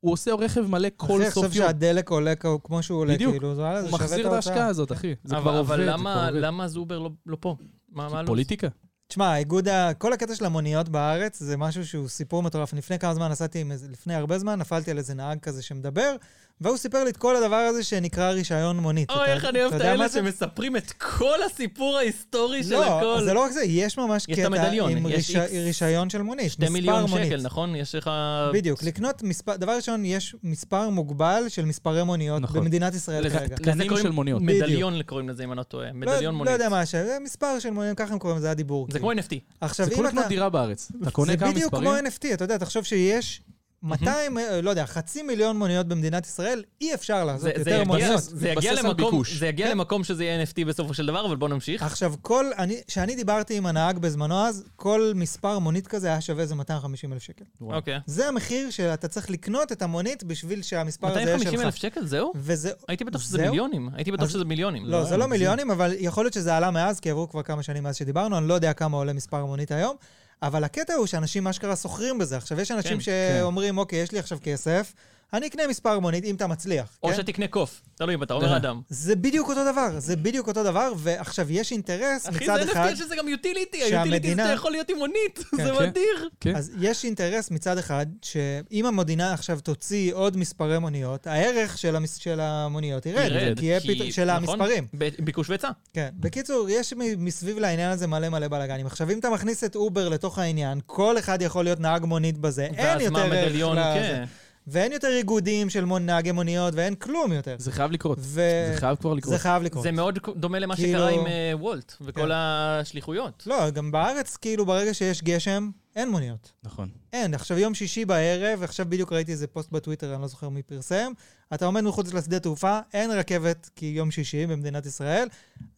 B: הוא עושה רכב מלא כל
C: אחי,
B: סוף
C: עכשיו
B: יום.
C: שהדלק עולה כ- כמו שהוא עולה,
B: בדיוק.
C: כאילו, זה וואלה, זה
B: הוא
C: שווה את
B: מחזיר את
C: ההוצאה.
B: ההשקעה הזאת, אחי. זה
A: אבל-
B: כבר עובד,
A: אבל
B: זה
A: למה-
B: כבר עובד.
A: למה אז אובר לא- לא פה? מה, מה
B: כי
A: הלו"ז?
B: פוליטיקה.
C: תשמע, האיגוד, ה- כל הקטע של המוניות בארץ זה משהו שהוא סיפור מטורף. לפני כמה זמן נסעתי, עם איזה- לפני הרבה זמן, נפלתי על איזה נהג כזה שמדבר, והוא סיפר לי את כל הדבר הזה שנקרא רישיון מונית.
A: אוי,
C: אתה-
A: איך אני אוהב
C: אתה
A: את
C: יודע מה
A: האלה
C: זה?
A: שמספרים את כל הסיפור ההיסטורי של
C: לא,
A: הכל.
C: זה לא רק זה, יש ממש
A: יש את
C: קטע
A: המדליון,
C: עם
A: יש
C: ריש-
A: X.
C: רישיון של מונית,
A: שתי
C: מספר
A: מיליון
C: מונית.
A: שקל, נכון? יש לך...
C: בדיוק, לקנות מספר, דבר ראשון, יש מספר מוגבל של מספרי מוניות
B: נכון.
C: במדינת ישראל
A: לזה-
C: כרגע.
A: לזה
B: תקנים
A: קוראים-
B: של מוניות.
A: מדליון קוראים לזה, אם אני לא טועה. מדליון
C: לא-
A: מונית.
C: לא יודע מה השם, זה מספר של מוניות, ככה הם קוראים לזה הדיבור.
A: זה כמו NFT.
C: כאילו. עכשיו,
B: זה
C: אם
B: כמו
C: אתה...
B: לקנות דירה בארץ. אתה קונה
C: זה
B: כמה
C: בדיוק
B: מספרים,
C: כמו NFT, אתה יודע, תחשוב שיש 200, אה, לא יודע, חצי מיליון מוניות במדינת ישראל, אי אפשר
A: זה-
C: לעשות
A: זה
C: יותר
A: יגיע-
C: מוניות.
A: זה יגיע
B: מתבסס על
A: למקום-
B: ביקוש.
A: זה
C: כן.
A: יגיע למקום שזה יהיה NFT בסופו של דבר, אבל בוא נמשיך.
C: עכשיו, כל, אני, כשאני דיברתי עם הנהג בזמנו אז, כל מספר מונית כזה היה שווה איזה 250 אלף שקל.
B: וואו.
A: אוקיי.
C: זה המחיר שאתה צריך לקנות את המונית בשביל שהמספר הזה יהיה שלך.
A: 250 אלף שקל, זהו?
C: וזה,
A: הייתי בטוח שזה
C: זהו?
A: מיליונים. הייתי בטוח
C: אז-
A: שזה מיליונים.
C: לא, זה
B: היה
C: לא
B: מגזים.
C: מיליונים, אבל יכול להיות שזה עלה מאז, כי עברו כבר כמה שנים מאז שדיברנו, אני לא יודע כמה עולה מספר מונית היום, אבל הקטע הוא שאנשים אשכרה סוחרים בזה. עכשיו, יש אנשים
A: כן,
C: שאומרים, אוקיי, יש לי עכשיו כסף, אני אקנה מספר מונית אם אתה מצליח.
A: או
C: כן?
A: שתקנה קוף, תלוי אם אתה אומר
B: אה.
A: אדם.
C: זה בדיוק אותו דבר, זה בדיוק אותו דבר, ועכשיו, יש אינטרס
A: אחי,
C: מצד
A: זה
C: אחד...
A: NFT שזה גם יוטיליטי, היוטיליטי
C: שהמדינה-
A: זה יכול להיות עם מונית, זה
B: כן.
A: מדהיר.
B: כן.
C: אז יש אינטרס מצד אחד, שאם המדינה עכשיו תוציא עוד מספרי מוניות, הערך של, המס... של המוניות ירד,
A: ירד,
C: כי יהיה
A: כי-
C: פתאום... של
A: נכון.
C: המספרים.
A: ב- ביקוש והיצע.
C: כן. בקיצור, יש מ- מסביב לעניין הזה מלא מלא בלאגנים. עכשיו, אם אתה מכניס את אובר לתוך העניין, כל אחד יכול להיות נהג מונית בזה. אין
A: ואז
C: יותר
A: מה
C: ערך
A: המדליון,
C: לזה.
A: כן.
C: ואין יותר איגודים של מון- נהגי מוניות, ואין כלום יותר.
B: זה חייב לקרות.
C: ו...
B: זה חייב כבר לקרות.
C: זה חייב לקרות.
A: זה מאוד דומה למה
C: כאילו-
A: שקרה עם אה, וולט וכל
C: כן.
A: השליחויות.
C: לא, גם בארץ, כאילו, ברגע שיש גשם, אין מוניות.
B: נכון.
C: אין. עכשיו יום שישי בערב, עכשיו בדיוק ראיתי איזה פוסט בטוויטר, אני לא זוכר מי פרסם. אתה עומד מחוץ לשדה תעופה, אין רכבת כי יום שישי במדינת ישראל,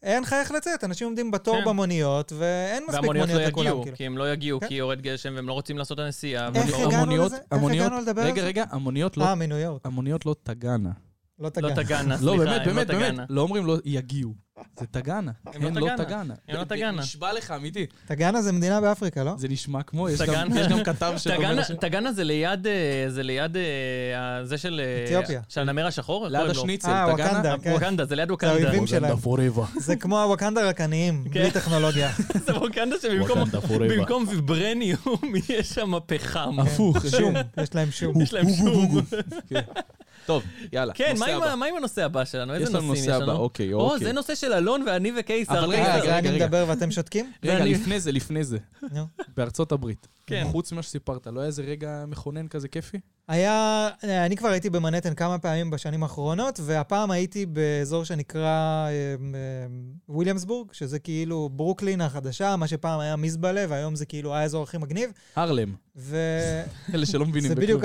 C: אין לך איך לצאת, אנשים עומדים בתור
A: כן.
C: במוניות, ואין מספיק
A: והמוניות
C: מוניות
A: לא
C: לכולם.
A: יגיעו,
C: כאילו.
A: כי הם לא יגיעו,
C: כן.
A: כי יורד גשם והם לא רוצים לעשות את הנסיעה.
C: איך
A: ולא-
C: הגענו
B: המוניות-
C: לזה? איך
B: המוניות-
C: הגענו לדבר על
B: רגע,
C: זה?
B: רגע, המוניות לא
C: אה, מניו יורק,
B: המוניות לא תגענה.
C: לא
A: לא
C: תגע.
A: תגענה,
B: לא,
A: סליחה,
B: באמת,
A: הם לא
B: באמת, באמת.
A: תגענה.
B: לא אומרים לא יגיעו. זה תגענה.
A: הם לא
B: הן לא
A: תגענה.
B: תגענה.
A: הן לא
B: זה- זה
A: תגענה.
B: נשבע לך, אמיתי.
C: תגענה זה מדינה באפריקה, לא?
B: זה נשמע כמו, יש גם
A: תגענה.
B: יש גם כתב שאומר...
A: תגענה-
B: ש-
A: תגענה זה ליד, אה, זה ליד אה, זה של... אה,
C: אתיופיה.
A: של הנמר השחור? איך
B: ליד
A: קוראים לו?
B: השניצל,
C: אה,
B: תגענה.
C: ווקנדה. כן.
A: ווקנדה, זה ליד ווקנדה.
C: האויבים שלהם. זה כמו הווקנדה רק עניים,
B: כן.
C: בלי טכנולוגיה. כן.
A: זה ווקנדה שבמקום במקום ויברניום יש שם פחם.
B: *laughs* הפוך.
C: שום, יש להם שום.
A: יש להם שום.
B: טוב, יאללה.
A: כן,
B: נושא
A: מה עם
B: הבא.
A: ה- מה עם הנושא הבא שלנו?
B: יש
A: איזה
B: לנו
A: נושאים יש
B: נושא הבא,
A: לנו?
B: אוקיי,
A: או,
B: אוקיי.
A: זה נושא של אלון ואני וקיסר.
B: אבל
A: קיסר.
C: אה,
B: רגע,
C: זה אני
B: רגע.
C: מדבר ואתם שותקים?
B: רגע,
A: ואני-
B: לפני זה, לפני זה.
C: נו.
B: בארצות הברית.
A: כן.
B: חוץ ממה שסיפרת, לא היה איזה רגע מכונן כזה כיפי?
C: היה, אה, אני כבר הייתי במנהטן כמה פעמים בשנים האחרונות, והפעם הייתי באזור שנקרא אה, אה, וויליאמסבורג, שזה כאילו ברוקלין החדשה, מה שפעם היה מזבלה, והיום זה כאילו האזור הכי מגניב,
B: הרלם.
C: וזה
B: אלה שלא מבינים
C: בדיוק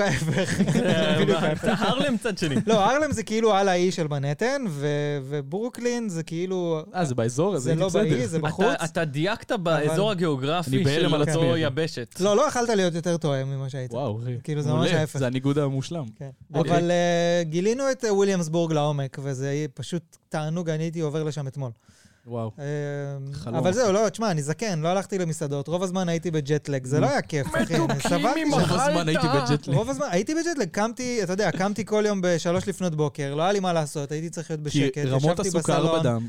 B: *laughs*
C: ההפך. *laughs* זה בדיוק
B: אה,
C: ההפך.
A: אתה הרלם צד שני.
C: לא, ארלם זה כאילו על האי של מנהטן, ו- וברוקלין זה כאילו...
B: אה, זה באזור? אז
C: זה
B: הייתי
C: לא
B: בסדר.
C: באי, זה בחוץ.
A: אתה- אתה דייקת באזור הגיאוגרפי
B: אני בהלם
A: של
B: על עצמי,
A: אותו
B: אחי.
A: יבשת.
C: לא, לא יכלת להיות יותר טועה ממה שהיית.
B: וואו, אחי.
C: כאילו, זה ממש
B: מעולה.
C: ההפך.
B: זה הניגוד המושלם.
C: כן.
B: אוקיי.
C: אבל אה, גילינו את אה, וויליאמסבורג לעומק, וזה יהיה פשוט תענוג, אני הייתי עובר לשם אתמול.
B: וואו.
C: אה,
B: חלום.
C: אבל זהו, לא, תשמע, אני זקן, לא הלכתי למסעדות, רוב הזמן הייתי בג'טלג, זה לא היה כיף, אחי, אני סבלתי
B: רוב
C: שם.
B: הזמן הייתי בג'טלי.
C: רוב הזמן, הייתי בג'טלג, קמתי, אתה יודע, קמתי כל יום בשלוש לפנות בוקר, לא היה לי מה לעשות, הייתי צריך להיות
B: כי
C: בשקט,
B: רמות
C: ישבתי
B: הסוכר
C: בסלון.
B: בדם.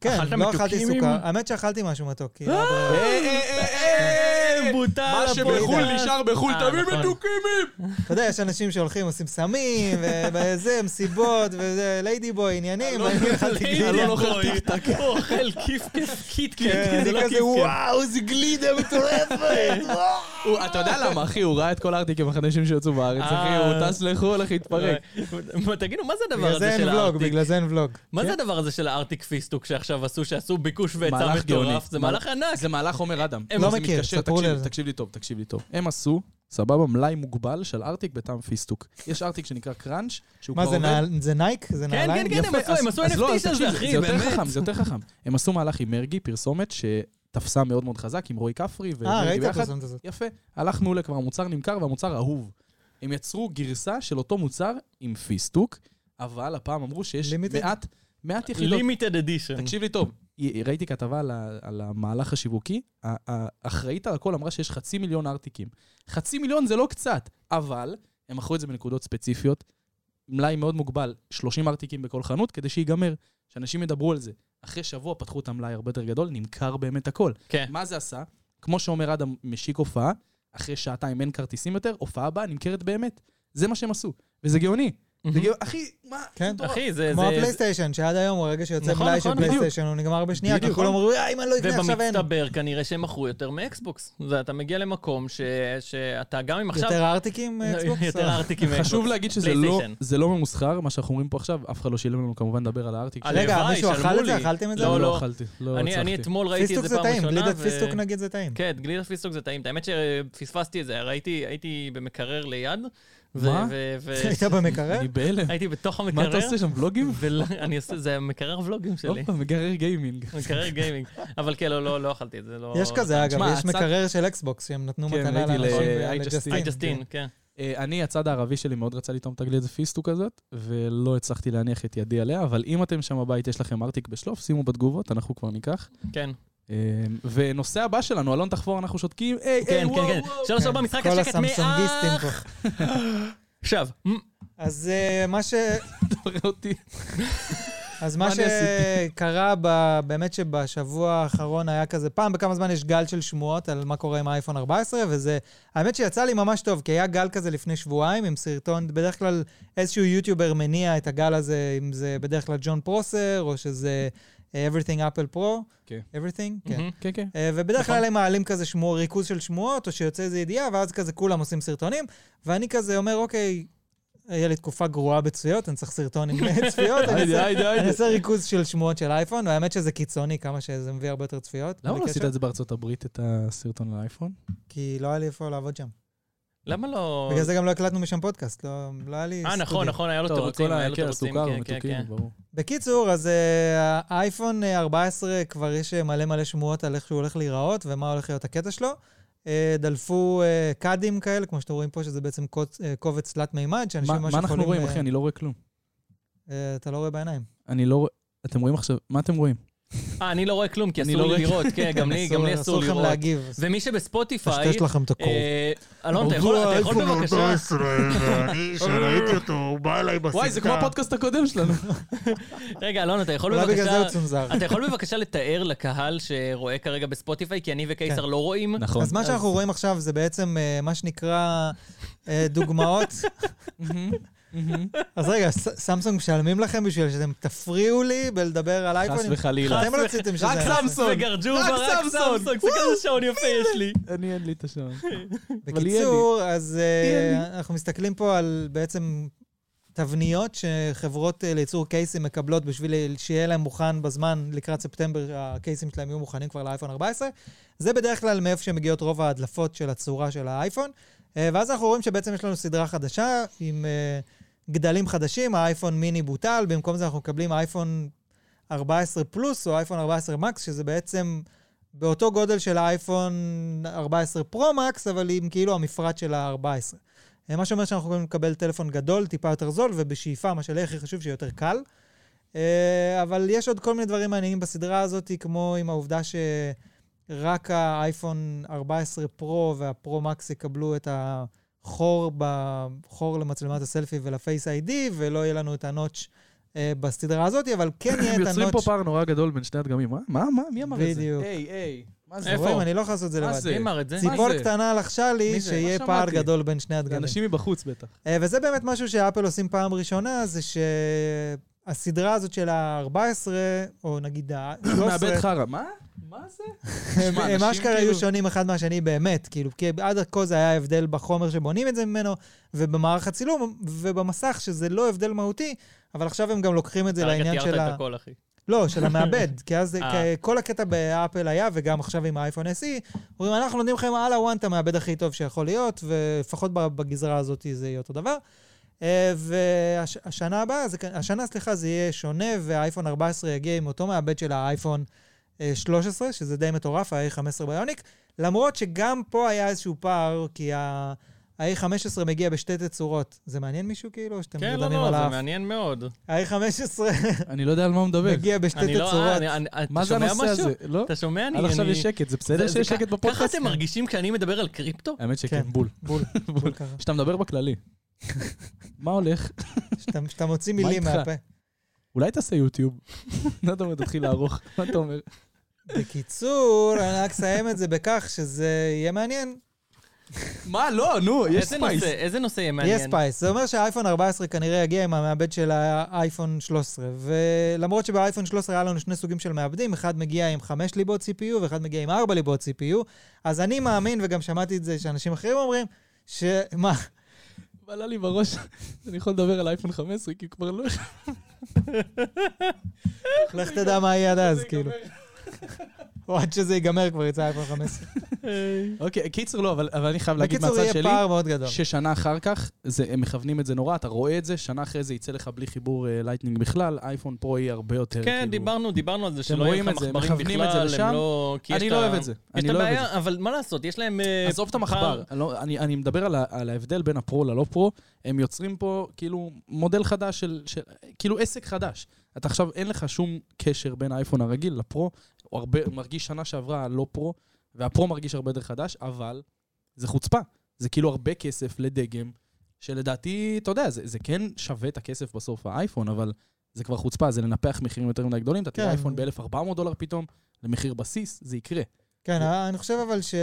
C: כן,
A: אכלת
C: לא אכלתי
A: מתוקים עם- אה!
C: סוכר, האמת שאכלתי משהו מתוק, כי... לא היה
B: אה,
C: ברירה.
A: בוטל
B: מה שבחו"ל
A: הפודקאסט.
B: נשאר בחו"ל,
A: אה,
B: תמיד
A: נכון.
B: מתוקים!
C: אתה יודע, יש אנשים שהולכים, עושים סמים, וזה, מסיבות, וזה, ליידי בוי, עניינים, ואני אכלתי
A: ליידי
C: גלידה.
A: בוי.
B: אוכל טיק
A: לא הוא אוכל כיף כיף קיט קיט,
C: כן,
A: זה
C: אני
A: לא כיף
C: כזה,
A: כיף.
C: וואו, זה גלידה
B: *laughs*
C: מטורפת, וואו.
B: אתה יודע למה, אחי, הוא ראה את כל הארטיקים החדשים שיצאו בארץ, אחי,
A: אה.
B: הוא טס לחו"ל, אחי, התפרק.
A: אוקיי. מה, תגידו, מה זה הדבר
C: אוקיי. בגלל
A: הזה
C: זה אין
A: של
C: ולוג,
A: הארטיק?
C: בגלל זה כן. אין ולוג.
A: מה זה הדבר הזה של הארטיק פיסטוק שעכשיו עשו, שעשו ביקוש והיצע
B: מהלך גאוני.
A: מטורף? זה מהלך ענק.
B: זה מהלך עומר אדם.
A: הם
C: לא
B: זה
C: מכיר,
B: מתקשר,
C: ספרו לי
B: תקשיב-
C: על זה.
B: תקשיב לי טוב, תקשיב לי טוב. הם עשו, סבבה, מלאי מוגבל של ארטיק בטעם פיסטוק. יש ארטיק שנקרא קראנץ', שהוא כבר
C: מה זה,
B: עובד.
C: נעל- זה נייק? זה
A: כן,
C: נעליים?
A: כן, הם עשו- הם עשו
B: אז לא,
A: NFT
B: אז
A: של זה,
B: תקשיב,
A: אחי,
B: זה יותר
A: באמת.
B: חכם, זה יותר חכם. הם עשו מהלך עם מרגי, פרסומת שתפסה מאוד מאוד חזק עם רוי כפרי
C: אה,
B: ומרגי
C: ראית את
B: ביחד.
C: הפרסומת הזאת.
B: יפה. הלכנו לכבר המוצר נמכר והמוצר אהוב. הם יצרו גרסה של אותו מוצר עם פיסטוק, אבל הפעם אמרו שיש
C: Limited?
B: מעט, מעט יחידות.
C: לא-
A: לימיטד אדישן.
B: תקשיב לי טוב, כן. י- ראיתי כתבה על, ה- על המהלך השיווקי, ה- ה- האחראית על הכל אמרה שיש חצי מיליון ארטיקים. חצי מיליון זה לא קצת, אבל הם מכרו את זה בנקודות ספציפיות, מלאי מאוד מוגבל, 30 ארטיקים בכל חנות, כדי שיגמר, שאנשים ידברו על זה. אחרי שבוע פתחו את המלאי הרבה יותר גדול, נמכר באמת הכל.
A: כן.
B: מה זה עשה? כמו שאומר אדם, משיק הופעה, אחרי שעתיים אין כרטיסים יותר, הופעה הבאה נמכרת באמת. זה מה שהם עשו, וזה גאוני. זה גאו- אחי, מה?
C: כן.
B: זה מטורף.
A: אחי, זה...
C: כמו
A: זה-
C: הפלייסטיישן, שעד היום הוא הרגע שיוצא
A: נכון,
C: מלאי
A: נכון,
C: של
A: בדיוק.
C: פלייסטיישן, הוא נגמר בשנייה, כי
B: בדיוק.
C: כולם אמרו, אה, אם אני לא אקנה עכשיו אין.
A: ובמצטבר כנראה שהם מכרו יותר מאקסבוקס. זה, אתה מגיע למקום ש, שאתה גם אם עכשיו...
C: יותר ארטיקים,
A: *laughs*
C: אקסבוקס?
A: יותר
C: *laughs*
A: ארטיקים מאקסבוקס.
B: חשוב להגיד שזה לא,
A: פלייסטיישן.
B: זה לא ממוסחר, מה שאנחנו אומרים פה עכשיו, אף אחד לא שילם לנו כמובן לדבר על הארטיק.
A: על
B: שלי.
C: רגע,
A: הלוואי,
C: מישהו
A: שלמו
C: אכל את זה?
A: לי.
C: אכלתם את זה?
A: אה, לא,
B: לא,
A: לא.
B: לא אכלתי, לא
A: אני, אני
B: הצלחתי.
A: אתמול ראיתי
C: פיסטוק
A: את זה
C: זה
A: פעם
C: טעים,
A: ראשונה.
C: גלידת
A: ו-
C: פיסטוק נגיד זה טעים.
A: כן, גלידת פיסטוק זה טעים. האמת שפספסתי את זה, ראיתי, הייתי במקרר ליד. ו-
B: מה?
A: ו- ו-
C: היית במקרר?
B: אני בהלם.
A: הייתי בתוך
B: מה אתה
A: המקרר.
B: עושה שם, ולוגים?
A: ואני עושה, זה מקרר ולוגים
B: עוד
A: *laughs* שלי.
B: פעם, מגרר גיימינג.
A: מקרר גיימינג. אבל כן, לא, לא, לא אכלתי את זה. לא-
C: יש כזה, אגב,
B: תשמע,
C: יש
B: הצד-
C: מקרר של אקסבוקס שהם נתנו
B: כן,
C: מתנה
B: ראיתי
C: לאנשים
B: ל-
C: ו-
B: I just
A: I
B: כן,
A: just in, כן.
B: אה, אני, הצד הערבי שלי מאוד רצה לטעום את הגלידת פיסטוק הזאת, ולא הצלחתי להניח את ידי עליה, אבל אם אתם שם בבית, יש לכם ארטיק בשלוף, שימו בתגובות, אנחנו כבר ניקח.
A: כן,
B: אה, ונושא הבא שלנו, אלון תחפור, אנחנו שותקים, היי, היי,
A: כן,
B: וואו,
A: כן.
B: וואו.
A: שלוש ארבע,
C: כן,
A: משחק
C: כל
A: השקט
C: הסמסונגיסטים
A: מאח.
C: פה.
A: עכשיו, מ-
C: אז אה, מה ש...
B: אתה רואה אותי?
C: אז
B: מה
C: מה
B: אני עשיתי?
C: שקרה, ב- באמת שבשבוע האחרון היה כזה, פעם בכמה זמן יש גל של שמועות על מה קורה עם האייפון 14, וזה, האמת שיצא לי ממש טוב, כי היה גל כזה לפני שבועיים עם סרטון, בדרך כלל איזשהו יוטיובר מניע את הגל הזה, אם זה בדרך כלל ג'ון פרוסר, או שזה אה, Everything Apple Pro.
B: כן.
C: Everything? כן.
A: מהמם.
B: כן, כן.
C: אה, ובדרך
A: נכון.
C: כלל הם מעלים כזה שמוע, ריכוז של שמועות, או שיוצא איזה ידיעה, ואז כזה כולם עושים סרטונים, ואני כזה אומר, אוקיי, היה לי תקופה גרועה בצפיות, אני צריך סרטון עם אה, צפיות,
A: *laughs*
C: אני
B: היידה,
C: עושה-
B: היידה,
C: אני
B: היידה.
C: עושה ריכוז של שמועות של אייפון, והאמת שזה קיצוני, כמה שזה מביא הרבה יותר צפיות.
B: למה
C: בלי
B: לא עשית
C: קשר.
B: את זה בארצות הברית, את הסרטון על האייפון?
C: כי לא היה לי איפה לעבוד שם.
A: למה לא...
C: בגלל זה גם לא הקלטנו משם פודקאסט, לא לא היה לי
A: אה, נכון,
C: סטודיו.
A: נכון, היה לו
B: טוב,
A: תירוצים,
B: כל
A: היה לו
B: הקרע
A: תירוצים,
B: סוכר,
A: כן, כן, כן.
B: מתוקים, ברור.
C: בקיצור, אז אה, האייפון אה, 14, כבר יש אה, מלא מלא שמועות על איך שהוא הולך להיראות ומה הולך להיות הקטע שלו. אה, דלפו אה, קאדים כאלה, כמו שאתם רואים פה, שזה בעצם קוץ- אה, קובץ תלת מימד, שאנשים
B: מה
C: ממש
B: מה
C: יכולים...
B: אנחנו רואים,
C: אה,
B: אחי? אני לא רואה כלום.
C: אה, אתה לא רואה בעיניים.
B: אני לא רואה... אתם רואים עכשיו? מה אתם רואים?
A: אה, אני לא רואה כלום, כי
B: אני
A: אסור
B: לא
A: לי לראות, כן, גם לי גם לי אסור
C: אסור לכם
A: לראות.
C: להגיב.
A: ומי שבספוטיפיי...
C: טשטש לכם את הקור.
A: אה, אלון, אתה יכול אתה
B: נכון,
A: יכול בבקשה?
B: *laughs*
D: ואני, שראיתי אותו, הוא בא אליי בסרטה.
B: וואי, זה כמו הפודקאסט הקודם שלנו.
A: רגע, אלון, אתה יכול
C: אולי בגלל זה הוא
A: בבקשה...
C: צונזר.
A: אתה יכול בבקשה לתאר לקהל שרואה כרגע בספוטיפיי, כי אני וקיסר לא
B: *laughs*
A: רואים.
B: נכון.
C: אז מה שאנחנו רואים עכשיו זה בעצם אה, מה שנקרא אה, דוגמאות. אז רגע, ס- סמסונג משלמים לכם בשביל שאתם תפריעו לי בלדבר על
B: חס
C: אייפונים?
B: וחלילה.
C: אתם רציתם שזה...
B: רק
C: היה נכון. ככה.
B: סמסונג.
A: וגרג'ובה,
B: רק
A: רק
B: סמסונג.
A: סמסונג, זה כזה שעון יפה יש לי.
B: אני אין לי את השעון. אבל יהיה לי.
C: בקיצור, אז אה,
B: יהיה
C: אנחנו מסתכלים פה על בעצם תבניות שחברות אה, לייצור קייסים מקבלות בשביל שיהיה להם מוכן בזמן, לקראת ספטמבר הקייסים שלהם יהיו מוכנים כבר לאייפון 14. זה בדרך כלל מאיפה שמגיעות רוב ההדלפות של הצורה של האייפון. אה, ואז אנחנו רואים שבעצם יש לנו סדרה חדשה עם אה, גדלים חדשים, האייפון מיני בוטל, במקום זה אנחנו מקבלים אייפון 14 פלוס או אייפון 14 מקס, שזה בעצם באותו גודל של האייפון 14 פרו מקס, אבל עם כאילו המפרט של ה-14. אה, מה שאומר שאנחנו יכולים לקבל טלפון גדול, טיפה יותר זול, ובשאיפה, מה שלי הכי חשוב, שיהיה יותר קל. אה, אבל יש עוד כל מיני דברים מעניינים בסדרה הזאת, כמו עם העובדה שרק האייפון 14 פרו והפרו מקס יקבלו את החור ב- חור למצלמת הסלפי ולפייס איי-די, ולא יהיה לנו את הנוטש אה, בסדרה הזאת, אבל כן
B: הם
C: יהיה את הנוטש.
B: יוצרים פה פער נורא גדול בין שני הדגמים. מה? מה? מה? מי אמר את זה?
C: בדיוק.
B: היי, היי. מה זה?
A: איפה?
C: רואים, אני לא יכול לעשות את זה
B: מה
C: לבד.
B: זה?
A: מי אמר את זה?
B: מה
C: ציפור
B: זה?
C: קטנה לחשה לי
B: מי זה?
C: שיהיה
B: לא
C: פער
B: שמעתי.
C: גדול בין שני
B: זה
C: הדגמים.
B: אנשים מבחוץ בטח.
C: אה, וזה באמת משהו שאפל עושים פעם ראשונה, זה שהסדרה הזאת של ה-14, או נגיד
B: *coughs* לא, מאבד
C: ה-13,
B: חרא. מה? מה זה?
C: הם
B: שמע,
C: הם
B: אנשים
C: אשכרה
B: כאילו-
C: היו שונים אחד מהשני באמת, כאילו, כי עד כה זה היה הבדל בחומר שבונים את זה ממנו, ובמערך הצילום, ובמסך, שזה לא הבדל מהותי, אבל עכשיו הם גם לוקחים את זה
A: רגע,
C: לעניין של
A: תיארת את
C: ה...
A: הכל, אחי.
C: לא, של
A: *laughs*
C: המעבד, כי אז
A: אה.
C: כי כל הקטע באפל היה, וגם עכשיו עם האייפון SE, אומרים, אנחנו נותנים לכם על הוואן את המעבד הכי טוב שיכול להיות, ולפחות ב- בגזרה הזאת זה יהיה אותו דבר. אה, והשנה הבאה, זה, כ- השנה, סליחה, זה יהיה שונה, והאייפון 14 יגיע עם אותו מעבד של האייפון אה, 13, שזה די מטורף, ה-A15 ביוניק, למרות שגם פה היה איזשהו פער, כי ה... ה-A15 מגיע בשתי תצורות. זה מעניין מישהו כאילו? או שאתם
A: כן, לא,
C: נרדמים
A: לא,
C: על
A: זה
C: האף?
A: מעניין מאוד. *laughs*
C: ה-A15
B: אני לא יודע על מה הוא מדבר.
C: מגיע בשתי
A: אני לא...
C: תצורות.
A: אני- אני-
B: מה
A: אתה
B: זה
A: שומע
B: הנושא
A: משהו?
B: הזה? לא?
A: אתה שומע? אני...
B: עד עכשיו
A: אני-
B: יש שקט, זה
A: זה-
B: בסדר
A: זה
B: שיש
A: כ-
B: שקט
A: ככה
B: בפודקאסט?
A: אתם מרגישים כשאני מדבר על קריפטו?
B: האמת שכן,
C: כן.
B: בול.
C: בול, בול ככה.
B: כשאתה מדבר בכללי. מה הולך?
C: *laughs* שאתה- שאתה מוציא
B: מה
C: מילים
B: איתך?
C: מהפה.
B: אולי תעשה
C: *laughs*
B: יוטיוב. מה אתה אומר? תתחיל לערוך. מה אתה אומר?
C: בקיצור, אני רק אסיים את זה בכך שזה יהיה מעניין.
B: מה? לא, נו, יש
A: איזה
B: ספייס.
A: נושא- איזה נושא יהיה
C: יהיה
A: מעניין?
C: ספייס. זה אומר שהאייפון 14 כנראה יגיע עם המעבד של האייפון 13. ולמרות שבאייפון 13 היה לנו שני סוגים של מעבדים, אחד מגיע עם 5 ליבות CPU ואחד מגיע עם 4 ליבות CPU, אז אני מאמין, וגם שמעתי את זה שאנשים אחרים אומרים, שמה,
B: עלה לי בראש, *laughs* אני יכול לדבר על אייפון 15, כי כבר לא...
C: לך תדע מה יהיה עד אז, כאילו. או עד שזה ייגמר כבר יצא אייפון 15.
B: אוקיי, קיצר לא, אבל אבל אני חייב להגיד
C: בקיצור,
B: מהצד
C: יהיה
B: שלי,
C: פער מאוד גדול.
B: ששנה אחר כך, זה- הם מכוונים את זה נורא, אתה רואה את זה, שנה אחרי זה יצא לך בלי חיבור אה, לייטנינג בכלל, אייפון פרו יהיה הרבה יותר,
A: כן,
B: כאילו-
A: דיברנו, דיברנו על זה שלא יהיה
B: רואים
A: לך
B: את זה,
A: מחברים
B: מכוונים את זה
A: בכלל,
B: לשם.
A: הם לא... כי יש
B: אני לא
A: ה-
B: אוהב את זה.
A: יש
B: אני
A: את
B: לא אוהב את
A: הבעיה, אבל מה לעשות, יש להם... אה,
B: עזוב את
A: פער-
B: המחבר, אני לא- אני, אני מדבר על, ה, על ההבדל בין הפרו ללא פרו, הם יוצרים פה כאילו מודל חדש של, של, כאילו עסק חדש. אתה עכשיו, אין לך שום קשר בין האייפון הרגיל לפרו, הוא הרבה, הוא מרגיש שנה שעברה לא פרו, והפרו מרגיש הרבה יותר חדש, אבל זה חוצפה. זה כאילו הרבה כסף לדגם, שלדעתי, אתה יודע, זה, זה כן שווה את הכסף בסוף, האייפון, אבל זה כבר חוצפה, זה לנפח מחירים יותר מדי גדולים, אתה תראה
C: כן.
B: אייפון ב-1400 דולר פתאום, למחיר בסיס, זה יקרה.
C: כן, אני חושב אבל ש...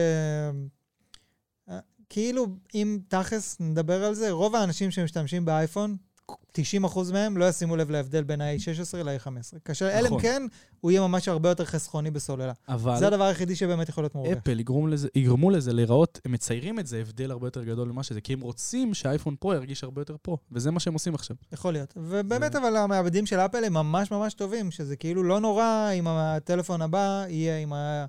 C: כאילו, אם תכלס נדבר על זה, רוב האנשים שמשתמשים באייפון, 90% מהם לא ישימו לב להבדל בין ה-A16 ל-A15. כאשר אלא אם
B: נכון.
C: כן, הוא יהיה ממש הרבה יותר חסכוני בסוללה.
B: אבל...
C: זה הדבר היחידי שבאמת יכול להיות מעורבה.
B: אפל יגרום לזה, יגרמו לזה להיראות, הם מציירים את זה הבדל הרבה יותר גדול ממה שזה, כי הם רוצים שהאייפון פרו ירגיש הרבה יותר פרו, וזה מה שהם עושים עכשיו.
C: יכול להיות. ובאמת, אבל המעבדים של אפל הם ממש ממש טובים, שזה כאילו לא נורא אם הטלפון הבא יהיה עם ה...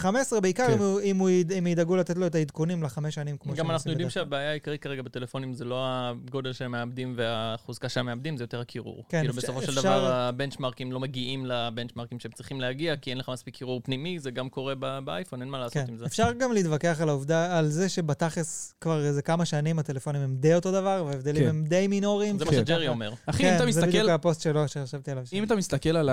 C: A15, בעיקר
B: כן.
C: אם הוא- אם הוא יד- אם ידאגו לתת לו את העדכונים לחמש שנים, כמו שהם
A: גם אנחנו
C: עושים
A: יודעים
C: בדרך כלל.
A: שהבעיה העיקרית כרגע בטלפונים זה לא הגודל של המעבדים והחוזקה של המעבדים, זה יותר הקירור.
C: כן,
A: כאילו
C: אפשר-
A: בסופו של
C: אפשר-
A: דבר הבנצ'מרקים לא מגיעים לבנצ'מרקים שהם צריכים להגיע, כי אין לך מספיק קירור פנימי, זה גם קורה ב- באייפון, אין מה לעשות עם
C: כן,
A: זה.
C: אפשר גם להתווכח על העובדה, על זה שבתכלס כבר איזה כמה שנים הטלפונים הם די אותו דבר, וההבדלים
B: כן.
C: הם די מינוריים.
A: זה מה
B: כן.
A: שג'רי אומר.
B: אחי, אם
C: כן,
B: אתה
C: זה בדיוק
B: מסתכל,
C: הפוסט שלו שחשבתי עליו.
B: אם אתה מסתכל על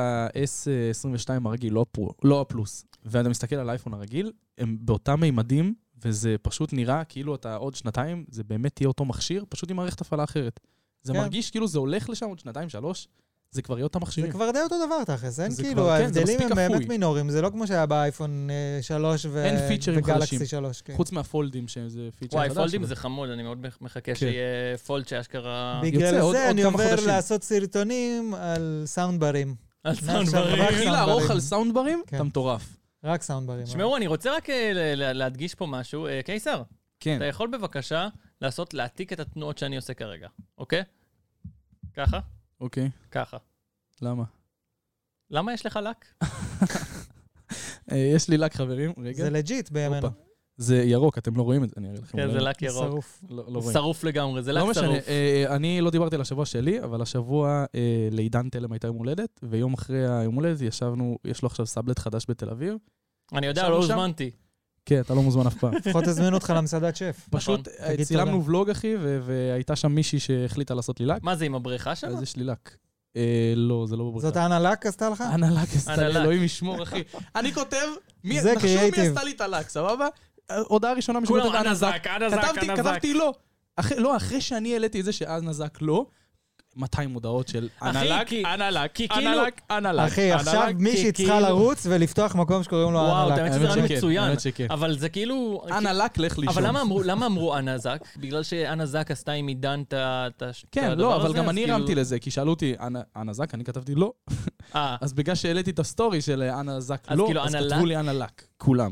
B: ה-S22 הרגיל, לא הפרו, לא הפלוס, ואתה מסתכל על האייפון הרגיל, הם באותם מימדים, וזה פשוט נראה כאילו אתה עוד שנתיים, זה באמת יהיה אותו מכשיר, פשוט עם מערכת הפעלה אחרת. זה
C: כן.
B: מרגיש כאילו זה הולך לשם עוד שנתיים, שלוש, זה כבר יהיה אותם
C: זה
B: מכשירים.
C: כבר די אותו דבר תכלס, אין
B: זה
C: כאילו,
B: כבר- כן, זה
C: ההבדלים
B: מספיק
C: הם באמת
B: אפוי.
C: מינוריים, זה לא כמו שהיה באייפון 3
B: אין פיצ'רים
C: וגלקסי
B: חדשים.
C: 3. כן.
B: חוץ מהפולדים, שזה פיצ'ר
A: וואי,
B: חדש.
A: פולדים
B: אבל-
A: זה חמוד, אני מאוד מח-
C: כן.
A: מחכה שיהיה פולד שאשכרה...
B: אה, יוצא
C: בגלל
B: עוד-
C: זה
B: עוד
C: אני
B: כמה
C: עובר
B: חודשים.
C: לעשות סרטונים על סאונד ברים,
A: על סאונד
C: עכשיו
A: בריא.
C: רק
B: תתחיל
C: סאונד
B: לערוך
C: ברים.
B: על סאונד ברים,
C: כן.
B: אתה מטורף.
C: רק סאונד ברים.
A: תשמעו, אני רוצה רק אה, ל- ל- להדגיש פה משהו. אה, קיסר,
B: כן.
A: אתה יכול בבקשה לעשות, להעתיק את התנועות שאני עושה כרגע, אוקיי? ככה,
B: אוקיי,
A: ככה.
B: למה?
A: למה יש לך לק?
B: אה, יש לי לק, חברים, רגע.
C: זה לג'יט בימינו.
B: הופה. זה ירוק, אתם לא רואים את זה, אני אראה לכם.
A: כן,
B: אולי.
A: זה לק ירוק.
C: שרוף.
B: לא לא רואים.
A: שרוף לגמרי, זה לק
B: לא משנה,
A: שרוף.
B: אה, אני לא דיברתי על השבוע שלי, אבל השבוע אה, לעידן תלם הייתה יום הולדת, ויום אחרי היום הולדת ישבנו, יש לו עכשיו סאבלט חדש בתל אביב.
A: אני יודע,
B: שם
A: לא
B: ושם?
A: הוזמנתי.
B: כן, אתה לא מוזמן אף פעם.
C: לפחות הזמינו אותך למסעדת שף.
B: פשוט אה,
C: נכון. תגיד
B: צילמנו
C: תודה.
B: ולוג, אחי, ו- והייתה שם מישהי שהחליטה לעשות לי לק,
A: מה זה, עם הבריכה שם?
B: אז יש לי לק. אה, לא, זה לא בבריכה.
C: זאת אנה לק עשתה לך?
B: אנה לק עשתה
A: אנה
B: לי,
A: לק.
B: אלוהים ישמור,
A: *laughs*
B: אחי. אני כותב, מי-
C: זה
B: נחשו מי
C: creative.
B: עשתה לי את הלק, סבבה? אה, הודעה ראשונה, מישהו
A: כולם
B: כותב אנה זק.
A: אנזק, אנזק,
B: כתבתי,
A: אנזק.
B: כתבתי לא. אחרי- לא, אחרי שאני העליתי את זה שאז נזק לא, 200 הודעות של אנה לק,
A: כי-
B: אנה לק,
A: כי
B: אנה
A: כאילו-
B: לק, אנה לק.
C: אחי,
B: אנה
C: עכשיו
B: לק.
C: מישהי
A: כי-
C: צריכה
A: כאילו-
C: לרוץ ולפתוח מקום שקוראים לו
A: וואו,
C: אנה לק.
A: האמת שזה
B: האמת
A: רעיון
B: שכן,
A: מצוין.
B: האמת שכן.
A: אבל זה כאילו...
B: אנה לק, לך לישון.
A: אבל
B: *laughs*
A: למה אמרו- למה אמרו אנה זק? בגלל שאנה זק עשתה עם עידן את ה- את ה- את
B: כן,
A: הדבר
B: לא, אבל
A: הזה,
B: גם
A: אז
B: אני
A: כאילו-
B: הרמתי לזה, כי שאלו אותי, "אנה- אנה זק? אני כתבתי לא.
A: אה,
B: אז בגלל שהעליתי את הסטורי של אה, אנה זק
A: אז
B: לא,
A: כאילו,
B: אז
A: אנה
B: כתבו
A: לק?
B: לי אנה לק, כולם.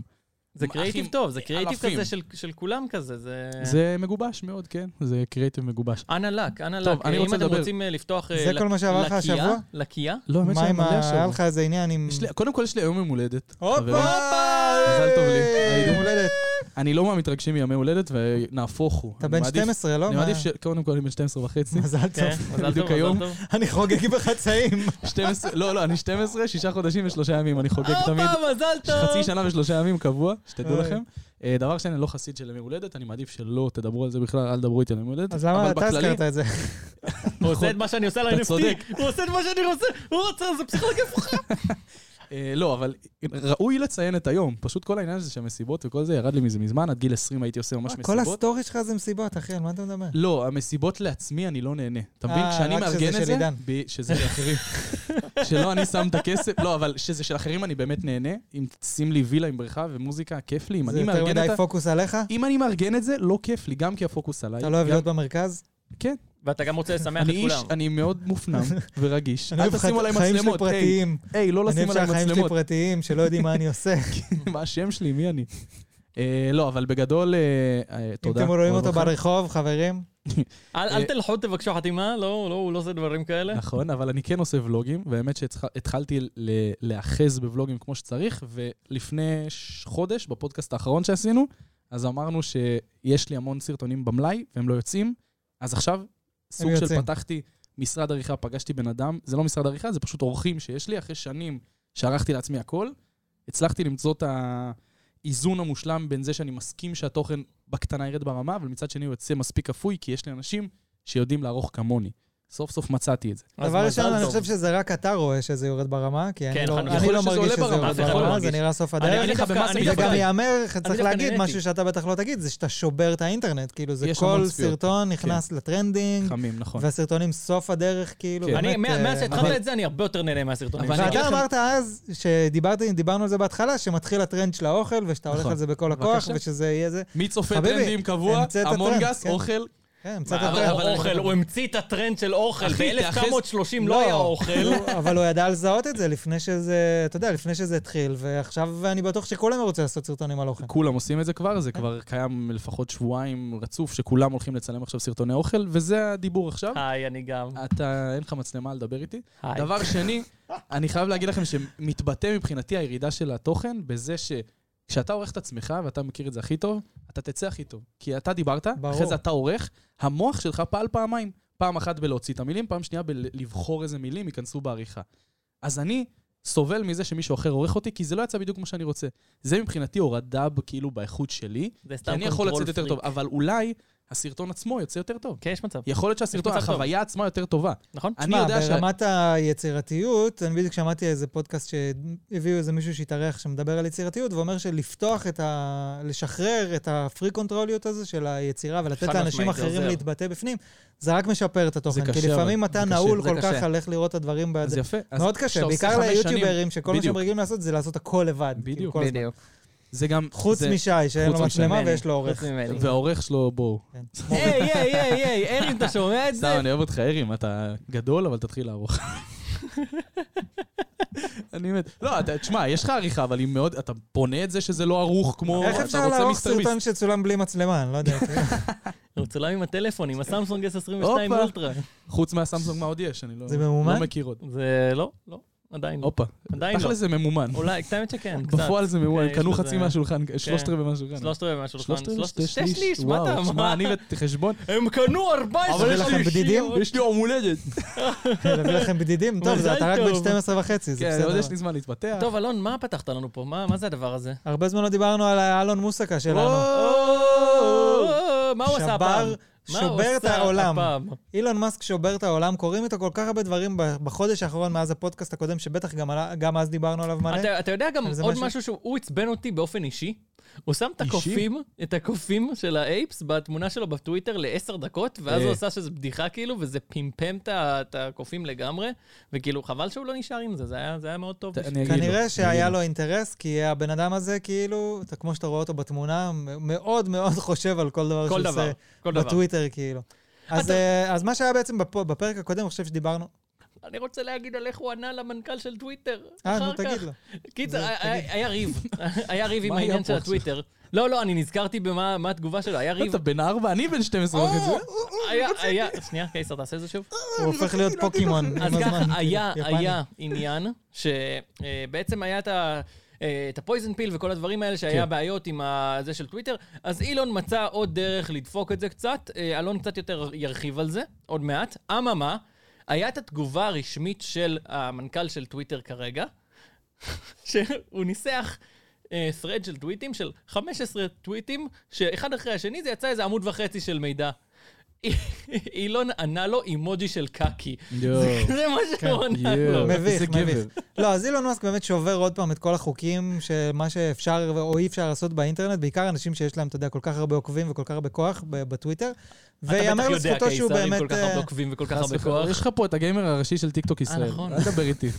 A: זה
B: מה,
A: קריאיטיב
B: אחי,
A: טוב, זה קריאיטיב
B: אלפים.
A: כזה של- של כולם כזה, זה...
B: זה מגובש מאוד, כן? זה קריאיטיב מגובש.
A: אנה לק, אנה לק.
B: טוב, אני
A: אם
B: רוצה
A: אתם
B: לדבר.
A: רוצים אה, לפתוח... אה,
C: זה
A: לק-
C: כל מה שעבר לך
A: לקייה?
C: השבוע?
A: לקייה?
B: לא, האמת
C: מה
B: שהיה
C: עם
B: מלא
C: ה... היה
B: השבוע.
C: לך איזה עניין עם...
B: יש לי- קודם כל יש לי היום יום הולדת.
C: הופה!
B: חברים. מזל טוב לי.
C: אה, יום הולדת.
B: אני לא מהמתרגשים מימי הולדת, ונהפוך הוא.
C: אתה
B: אני
C: בן
B: מעדיף-
C: 12, לא?
B: אני
C: מה-
B: מעדיף ש... קודם כל אני בן 12 וחצי.
C: מזל
A: כן,
C: טוב.
A: מזל
B: בדיוק
A: טוב, מזל
B: היום.
A: טוב.
C: אני חוגג
A: *laughs*
C: בחצאים.
B: 12, לא, לא, אני 12, שישה חודשים ושלושה ימים, אני
A: אוקיי,
B: חוגג
C: אה,
B: תמיד.
A: הופה, מזל טוב.
B: חצי שנה ושלושה ימים קבוע, שתדעו
C: אוי.
B: לכם. אה, דבר שני, אני לא חסיד של ימי הולדת, אני מעדיף שלא תדברו על זה בכלל, אל תדברו איתי על ימי הולדת.
C: אז למה
B: אבל
C: אתה
B: בכללי- לא,
C: הזכרת את זה?
A: הוא עושה את מה שאני עושה
B: אתה צודק.
A: ל-NFT. הוא עושה את מה שאני רוצה, הוא רוצה, זה פסיכולוגיה הפוכה.
B: אה, לא, אבל ראוי לציין את היום. פשוט כל העניין הזה של המסיבות וכל זה, ירד לי מזה מזמן, עד גיל 20 הייתי עושה ממש
C: אה, כל
B: מסיבות.
C: הסטורי שלך זה מסיבות, אחי, על מה אתה מדבר?
B: לא, המסיבות לעצמי אני לא נהנה. אתה מבין?
C: אה,
B: כשאני
C: רק שזה
B: מארגן
C: של
B: את זה,
C: עידן.
B: ב- שזה של
C: *laughs*
B: אחרים. שלא אני שם את הכסף, לא, אבל שזה של אחרים אני באמת נהנה. אם שים לי וילה עם בריכה ומוזיקה, כיף לי. אם
C: זה
B: אני
C: יותר
B: מארגן
C: מדי
B: את ה...
C: פוקוס עליך?
B: אם אני מארגן את זה, לא כיף לי, גם כי הפוקוס עליי.
C: אתה לא אוהב
B: גם-
C: להיות במרכז?
B: כן.
A: ואתה גם רוצה לשמח את
B: אני איש,
A: כולם.
B: אני מאוד
C: *laughs*
B: מופנם ורגיש.
C: אני
B: אל
C: אוהב
B: תשימו
C: ח-
B: עליי
C: חיים שלי
B: מצלמות. היי,
C: פרטיים.
B: היי, לא
C: אני
B: לשים
C: אוהב
B: עליי
C: שהחיים שלי
B: מצלמות.
C: פרטיים, שלא יודעים מה אני עושה.
B: מה השם שלי, מי אני? אה, לא, אבל בגדול, אה, אה,
C: אם
B: תודה.
C: אתם רואים
B: אוהב
C: אותו
B: אותך.
C: ברחוב, חברים,
A: אל
B: אה,
A: אל תלכו, תבקשו חתימה, לא, לא, הוא לא עושה דברים כאלה.
B: נכון, אבל אני כן עושה ולוגים, והאמת שהתחלתי להאחז בוולוגים כמו שצריך, ולפני ש- חודש, בפודקאסט האחרון שעשינו, אז אמרנו שיש לי המון סרטונים במלאי, והם לא יוצאים, אז עכשיו, סוג של
C: יוצאים.
B: פתחתי משרד עריכה, פגשתי בן אדם, זה לא משרד עריכה, זה פשוט אורחים שיש לי, אחרי שנים שערכתי לעצמי הכל, הצלחתי למצוא את האיזון המושלם בין זה שאני מסכים שהתוכן בקטנה ירד ברמה, אבל מצד שני הוא יוצא מספיק אפוי, כי יש לי אנשים שיודעים לערוך כמוני. סוף סוף מצאתי את זה.
A: אז
C: נכון. דבר
A: מזל
C: ראשון, אני
A: טוב.
C: חושב שזה רק אתה רואה שזה יורד ברמה, כי
A: כן,
C: אני לא-
A: חד משמעית.
C: אני לא
B: יכול להיות
C: מרגיש
B: שזה
C: שזה
B: עולה
C: יורד
A: ברמה, אף אחד לא
C: ברמה, זה
A: מרגיש.
C: נראה סוף
A: אני
C: הדרך.
A: אגיד לך
B: דווקא-
A: במה זה
B: אני
C: זה
B: דווקא-
A: מתבטא.
C: גם ייאמר, צריך
A: דווקא
C: להגיד
A: נהניתי.
C: משהו שאתה בטח לא תגיד, זה שאתה שובר את האינטרנט, כאילו, זה
B: יש
C: כל
B: המון צפיות.
C: סרטון נכנס לטרנדינג,
B: חמים, נכון.
C: והסרטונים סוף הדרך, כאילו,
B: כן.
A: אני,
C: באמת...
A: מה- מאז
C: אה,
A: שהתחלת
C: אבל-
A: את זה, אני הרבה יותר נהנה מהסרטונים.
B: אבל
A: שלך.
B: אני אגיד
C: ואתה
B: לכם-
C: אמרת אז, שדיברנו על זה בהתחלה, שמתחיל הטרנד של האוכל, ושאתה הולך
B: נכון.
C: על זה בכל הכוח,
B: בבקשה.
C: שזה יהיה זה.
B: מי צופה
C: חביבי,
B: טרנדים קבוע?
C: המצאת
B: המון
C: טרנד,
B: גס,
C: כן.
B: אוכל.
C: כן, מצאת
A: אבל-
C: הטרנד.
A: אבל אוכל, הוא המציא את הטרנד של אוכל.
B: אחי,
A: ב-1930 לא היה
C: *laughs*
A: אוכל.
C: הוא- אבל הוא ידע לזהות את זה לפני שזה, אתה יודע, לפני שזה התחיל, ועכשיו אני בטוח שכולם רוצים לעשות סרטונים על אוכל.
B: כולם עושים את זה כבר,
C: כן.
B: זה כבר קיים לפחות שבועיים רצוף, שכולם הולכים לצלם עכשיו סרטוני אוכל, וזה הדיבור עכשיו.
A: היי, אני גם.
C: אה.
B: אתה, אין לך מצלמה לדבר איתי.
A: היי.
B: דבר שני, אני חייב להגיד לכם שמתבטא מבחינתי הירידה של התוכן בזה שכשאתה עורך את עצמך, ואתה מכיר את זה הכי טוב, אתה תצא הכי טוב. כי אתה דיברת,
C: ברור.
B: אחרי זה אתה עורך, המוח שלך פעל פעמיים. פעם אחת בלהוציא את המילים, פעם שנייה בלבחור איזה מילים ייכנסו בעריכה. אז אני סובל מזה שמישהו אחר עורך אותי, כי זה לא יצא בדיוק כמו שאני רוצה. זה מבחינתי הורדה ב- כאילו באיכות שלי,
A: זה
B: כי
A: סתם
B: אני יכול
A: קונטרול
B: לצאת יותר
A: פריק.
B: טוב, אבל אולי הסרטון עצמו יוצא יותר טוב.
A: כן, יש מצב,
B: יכול להיות שהסרטון,
A: מצב טוב.
B: החוויה עצמה יותר טובה.
A: נכון?
B: אני
C: תשמע,
B: יודע ש...
C: ברמת היצירתיות, אני בדיוק שמעתי איזה פודקאסט שהביאו איזה מישהו שהתארח שמדבר על יצירתיות, ואומר שלפתוח את ה... לשחרר את הפרי קונטרוליות הזו של היצירה ולתת
A: חד
C: לאנשים
A: משמעית, זה
C: אחרים
A: עוזר.
C: להתבטא בפנים, זה רק משפר את התוכן.
B: קשה,
C: כי לפעמים
B: אבל.
C: אתה
B: זה קשה,
C: נעול
B: זה
C: כל
B: קשה.
C: כך על איך לראות את הדברים
B: אז
C: בעד...
B: יפה. אז
C: מאוד קשה,
B: כשאתה עושה
C: בעיקר
B: חמש שנים-
C: ליוטיוברים, שכל מה שהם
B: בדיוק.
C: רגילים לעשות זה לעשות הכל לבד.
B: בדיוק.
C: כאילו, כל הזמן.
B: זה גם...
C: חוץ
B: זה-
C: משי, שאין
B: חוץ
C: לו מצלמה
A: ממני,
C: ויש לו
A: חוץ
C: עורך. כן.
A: ממני.
B: והעורך שלו, בואו.
A: היי, היי, היי, היי, ארין, אתה שומע את זה?
B: סתם, אני אוהב אותך, ארים, אתה גדול, אבל תתחיל לערוך. אני מת. לא, אתה- תשמע, יש לך עריכה, אבל היא מאוד... אתה בונה את זה שזה לא ערוך כמו...
C: איך
B: אתה
C: אפשר
B: רוצה
C: לערוך
B: מיסטר ביסט.
C: סרטון שצולם בלי מצלמה? אני
B: *laughs*
C: לא יודע.
A: הוא צולם עם הטלפון, עם הסמסונג S22
B: הופה.
A: אולטרה.
B: חוץ מהסמסונג, מה עוד יש? אני לא...
C: זה ממומן?
B: לא מכיר עוד.
A: זה לא, לא, עדיין לא.
B: הופה.
A: עדיין לא.
B: תכל'ס זה ממומן.
A: אולי, האמת שכן, קצת.
B: בפועל זה ממומן, הם
A: יש
B: קנו
A: בזה-
B: חצי מהשולחן, שלושת רבעי מהשולחן.
A: שלושת רבעי מהשולחן.
B: שלושת רבעי?
A: שלושת-
B: שתי שליש?
A: מה אתה
B: וואו, תשמע,
A: אמר?
B: אני וחשבון,
A: הם קנו 14
B: אבל יש לכם
C: בדידים?
B: יש לי יום הולדת.
C: להביא כן, לכם בדידים? טוב, זה-
A: מזל
C: אתה רק בן
A: טוב.
C: 12 וחצי, זה
B: כן, עוד יש
C: בסדר.
B: לי זמן להתפתח.
A: טוב, אלון, מה פתחת לנו פה? מה מה זה הדבר הזה?
C: הרבה זמן לא דיברנו על האלון מוסקה שלנו.
A: או, מה הוא עשה הפעם?
C: שבר,
A: מה הוא
C: שובר את
A: עשה
C: העולם.
A: הפעם?
C: אילון מאסק שובר את העולם, קוראים איתו כל כך הרבה דברים ב- בחודש האחרון מאז הפודקאסט הקודם, שבטח גם עלה- גם אז דיברנו עליו מלא.
A: אתה, אתה יודע גם
C: אבל זה
A: עוד
C: משהו-
A: משהו שהוא עצבן אותי באופן אישי? הוא שם את
B: אישי?
A: הקופים, את הקופים של האייפס בתמונה שלו בטוויטר לעשר דקות, ואז
B: אה.
A: הוא עשה שזו בדיחה כאילו, וזה פמפם את ה- את הקופים לגמרי, וכאילו חבל שהוא לא נשאר עם זה, זה היה, זה היה מאוד טוב.
B: ת- אני אגיד לו,
C: כנראה
B: אני
C: שהיה
B: אגיד
C: לו אינטרס, כי הבן אדם הזה, כאילו, אתה- כמו שאתה רואה אותו בתמונה, מ- מאוד מאוד *laughs* חושב על כל דבר
A: כל
C: שהוא
A: דבר,
C: עושה
A: כל דבר.
C: בטוויטר, כאילו. אז, אה, אז מה שהיה בעצם בפ- בפרק הקודם, אני חושב שדיברנו...
A: אני רוצה להגיד על איך הוא ענה למנכ"ל של טוויטר.
C: אה,
A: אחר
C: נו,
A: כך.
C: תגיד לו.
A: קיצר, היה היה
C: *laughs*
A: ריב. היה ריב עם
B: מה היה
A: העניין
B: פה
A: של
B: עכשיו?
A: הטוויטר. לא, לא, אני נזכרתי במה מה התגובה שלו, היה
B: לו,
A: ריב.
B: אתה בן ארבע, אני בן 12 וחצי.
A: היה, היה, שנייה, קייסר, תעשה את זה שוב.
C: הוא הופך להיות פוקימון כן, עם
A: אז
C: הזמן.
A: ככה,
C: כאילו,
A: היה, אה,
C: יפני.
A: היה עניין שבעצם היה את ה... אה, את הפויזן פיל וכל הדברים האלה, שהיה
B: כן.
A: בעיות עם ה- זה של טוויטר. אז אילון מצא עוד דרך לדפוק את זה קצת, אה, אלון קצת יותר ירחיב על זה, עוד מעט. אממה, היה את התגובה הרשמית של המנכ"ל של טוויטר כרגע, *laughs* שהוא ניסח אה, thread של טוויטים, של 15 טוויטים, שאחד אחרי השני זה יצא איזה עמוד וחצי של מידע. *laughs* אילון ענה לו אימוג'י של קקי.
B: יואו.
A: זה מה שהוא ענה לו.
B: יואו,
C: מביך,
B: איזה גבר.
C: מביך. לא, אז אילון מאסק באמת שובר עוד פעם את כל החוקים של מה שאפשר או אי אפשר לעשות באינטרנט, בעיקר אנשים שיש להם, אתה יודע, כל כך הרבה עוקבים וכל כך הרבה כוח ב- בטוויטר.
A: אתה
C: ויאמר
A: בטח יודע,
C: לזכותו שהוא
A: קיסר, עם כל
C: באמת...
A: כך הרבה
C: אה,
A: עוקבים וכל כך
B: חס
A: הרבה
B: וחלילה.
A: כוח.
B: יש לך פה את הגיימר הראשי של טיקטוק ישראל.
A: נכון.
B: אל תדבר איתי.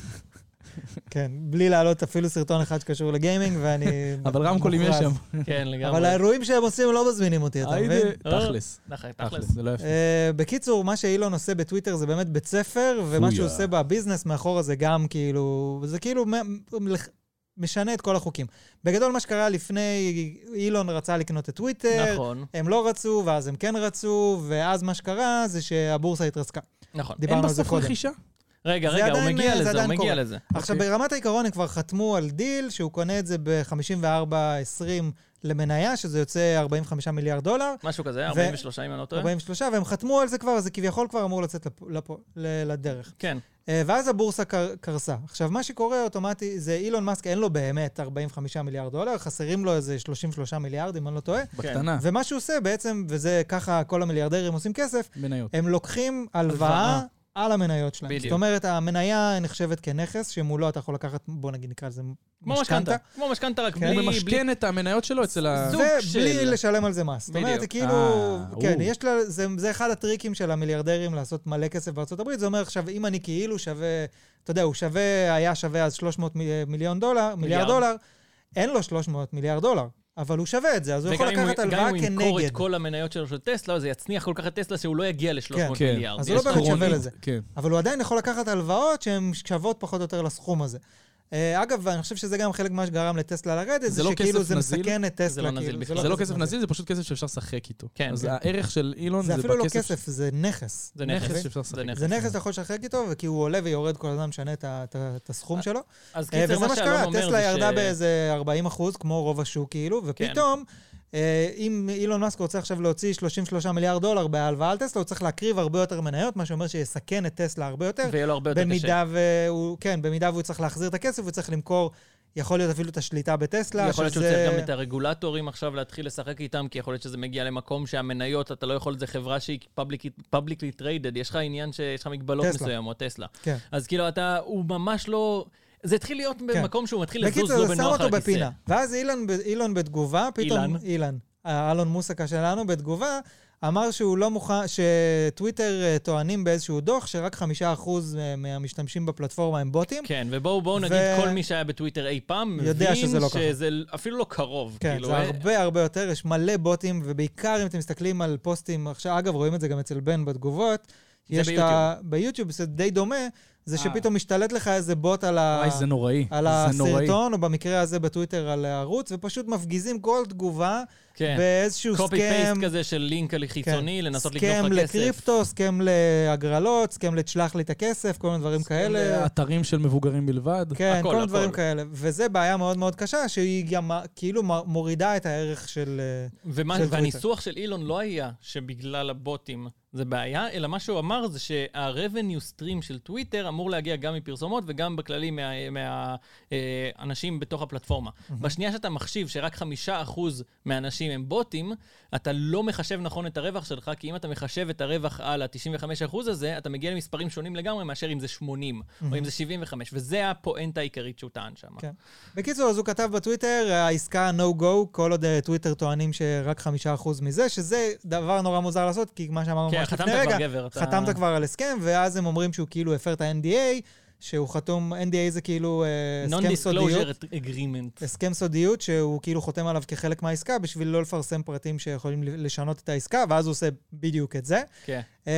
C: כן, בלי להעלות אפילו סרטון אחד שקשור לגיימינג,
A: *laughs*
C: ואני...
B: *laughs* אבל רמקולים יש
C: מוכרז.
B: שם.
A: כן, לגמרי.
C: אבל האירועים שהם עושים לא מזמינים אותי, אתה מבין?
B: היידה, תכלס.
A: נכון, תכלס,
B: אה, תכלס,
A: תכלס.
B: זה לא יפה.
C: אה, בקיצור, מה שאילון עושה בטוויטר זה באמת בית ספר, ומה שהוא
B: פויה.
C: עושה בביזנס מאחורה זה גם כאילו, זה כאילו מ- לח- משנה את כל החוקים. בגדול, מה שקרה לפני, אילון רצה לקנות את טוויטר,
A: נכון,
C: הם לא רצו, ואז הם כן רצו, ואז מה שקרה זה שהבורסה התרסקה.
A: נכון.
B: אין
C: דיברנו על זה
B: בסוף
C: קודם.
B: רכישה?
A: רגע,
C: זה
A: רגע, הוא
C: עדיין,
A: מגיע
C: אה, זה
A: לזה, הוא
C: עדיין
A: מגיע
C: קורה.
A: לזה.
C: עכשיו, ברמת העיקרון הם כבר חתמו על דיל שהוא קונה את זה ב-54.20 למניה, שזה יוצא 45 מיליארד דולר.
A: משהו כזה, 43 אם אני לא טועה.
C: 43, והם חתמו על זה כבר, אז זה כביכול כבר אמור לצאת לפ- לפ- ל- לדרך.
A: כן,
C: אה, ואז הבורסה קר, קרסה. עכשיו, מה שקורה אוטומטי זה אילון מאסק, אין לו באמת 45 מיליארד דולר, חסרים לו איזה 33 מיליארד, אם אני לא טועה.
A: אה.
B: בקטנה,
C: ומה שהוא עושה בעצם, וזה ככה כל המיליארדרים עושים כסף,
B: מניות.
C: הם לוקחים
A: הלוואה.
C: הלוואה על המניות שלהם.
A: בדיוק.
C: זאת אומרת, המניה נחשבת כנכס, שמולו אתה יכול לקחת, בוא נגיד נקרא לזה
A: כמו משכנתה. כמו משכנתה, רק
C: כן,
A: בלי...
B: הוא
A: בלי-
B: ממשכן את המניות שלו אצל ה...
A: זוג
C: ובלי
A: של-
C: לשלם על זה מס. זאת אומרת,
A: בדיוק.
C: זה כאילו,
B: אה,
C: כן,
B: או.
C: יש לה, זה, זה אחד הטריקים של המיליארדרים לעשות מלא כסף בארצות הברית. זה אומר עכשיו, אם אני כאילו שווה, אתה יודע, הוא שווה, היה שווה אז 300 מיל- מיליון דולר, מיליארד
A: מיליארד.
C: דולר, אין לו 300 מיליארד דולר, אבל הוא שווה את זה, אז הוא יכול
A: וגם אם
C: לקחת
A: הוא-
C: הלוואה
A: גם אם הוא ימכור
C: כנגד.
A: את כל המניות שלו של טסלה, זה יצניח כל כך את טסלה שהוא לא יגיע ל-300
B: כן.
A: מיליארד.
C: אז
A: יש
C: הוא לא באמת
A: לך-
C: שווה לזה.
B: כן.
C: אבל הוא עדיין יכול לקחת הלוואות שהן שוות פחות או יותר לסכום הזה. אה, אגב, ואני חושב שזה גם חלק מה שגרם לטסלה לרדת, זה
B: זה לא
C: שכאילו
B: כסף
C: זה
B: נזיל?
C: מסכן את
A: זה לא
C: טסלה.
A: נזיל
C: כאילו,
A: בכלל.
B: זה לא
A: זה
B: כסף נזיל, זה פשוט כסף שאפשר לשחק איתו.
A: כן,
B: אז
A: כן.
B: הערך של אילון
C: זה
B: זה
C: אפילו לא
B: בכסף...
C: כסף, זה נכס.
A: זה
B: נכס
A: נכס.
B: שאפשר לשחק.
A: זה נכס.
C: זה נכס שאתה יכול לשחק איתו, וכי הוא עולה ויורד כל הזמן, משנה את ה- את ה- את הסכום שלו.
A: אז
C: אה,
A: קיצר,
C: וזה
A: מה
C: מה
A: שאלון
C: שקרה,
A: אומר זה ש... כן.
C: טסלה ירדה באיזה 40 אחוז, כמו רוב השוק כאילו, ופתאום, אה, אם אילון מאסק רוצה עכשיו להוציא 33 מיליארד דולר בהלוואה על טסלה, הוא צריך להקריב הרבה יותר מניות, מה שאומר שיסכן את טסלה הרבה יותר.
A: ויהיה לו הרבה יותר קשה.
C: במידה והוא, כן, במידה והוא צריך להחזיר את הכסף, הוא צריך למכור, יכול להיות אפילו את השליטה בטסלה,
A: יכול להיות שהוא צריך גם את הרגולטורים עכשיו להתחיל לשחק איתם, כי יכול להיות שזה מגיע למקום שהמניות, אתה לא יכול, זה חברה שהיא פאבליקלי טריידד, יש לך עניין שיש לך מגבלות
C: טסלה.
A: מסוימות, טסלה.
C: כן.
A: אז כאילו אתה, הוא ממש לא... זה התחיל להיות במקום שהוא מתחיל לזוז
C: כן. בקיצור,
A: לא
C: זה שם
A: בנוח
C: אותו
A: על הכיסא.
C: בפינה. ואז אילן, ב- אילון בתגובה, פתאום...
A: אילן.
C: אילן. אה, אלון מוסקה שלנו, בתגובה, אמר שהוא לא מוכן, שטוויטר אה, טוענים באיזשהו דוח שרק חמישה אחוז אה, מהמשתמשים בפלטפורמה הם בוטים.
A: כן, ובואו בואו נגיד,
C: ו-
A: כל מי שהיה בטוויטר אי פעם,
C: יודע
A: מבין
C: שזה לא ככה.
A: שזה אפילו לא קרוב.
C: כן,
A: כאילו,
C: זה
A: אה,
C: הרבה הרבה יותר, יש מלא בוטים, ובעיקר אם אתם מסתכלים על פוסטים, עכשיו, אגב, רואים את זה גם אצל בן בתגובות.
A: זה אה.
C: יש את ה- ביוטיוב, זה די דומה, זה שפתאום משתלט לך איזה בוט על ה...
B: וואי, זה נוראי.
C: על
B: זה נוראי.
C: הסרטון, או במקרה הזה בטוויטר על הערוץ, ופשוט מפגיזים כל תגובה
A: כן.
C: באיזשהו
A: קופי פייסט
C: סכם.
A: כזה של לינק חיצוני, לנסות לגנוב
C: סכם
A: לך כסף.
C: כן, לקריפטו, סכם להגרלות, סכם לתשלח לי את הכסף, כל מיני דברים
B: אלה
C: כאלה.
B: אתרים של מבוגרים בלבד.
C: כן,
A: הכל,
C: כל מיני דברים
A: הכל.
C: כאלה. וזה בעיה מאוד מאוד קשה, שהיא גם אה, כאילו מ- מורידה את הערך של... אה,
A: ומה,
C: של
A: והניסוח של אילון לא היה שבגלל הבוטים זה בעיה, אלא מה שהוא אמר זה שה-revenue stream של טוויטר אמור להגיע גם מפרסומות וגם בכללי מהאנשים מה, אה, אנשים בתוך הפלטפורמה. בשנייה שאתה מחשיב שרק חמישה אחוז מהאנשים הם בוטים, אתה לא מחשב נכון את הרווח שלך, כי אם אתה מחשב את הרווח על ה-95 אחוז הזה, אתה מגיע למספרים שונים לגמרי מאשר אם זה 80, או אם זה 75, וזה הפואנטה העיקרית שהוא טען שם.
C: כן. בקיצור, אז הוא כתב בטוויטר, העסקה no go, כל עוד אה, טוויטר טוענים שרק חמישה אחוז מזה, שזה דבר נורא מוזר לעשות, כי מה שאמרנו
A: כן,
C: ממש
A: חתמת
C: לפני
A: כבר
C: רגע,
A: גבר. אתה-
C: חתמת כבר על הסכם, ואז הם אומרים שהוא כאילו הפר את ה-NDA, שהוא חתום, NDA זה כאילו אה, הסכם סודיות.
A: Non-disclosure agreement.
C: הסכם סודיות שהוא כאילו חותם עליו כחלק מהעסקה בשביל לא לפרסם פרטים שיכולים לשנות את העסקה, ואז הוא עושה בדיוק את זה.
A: כן.
C: אמ,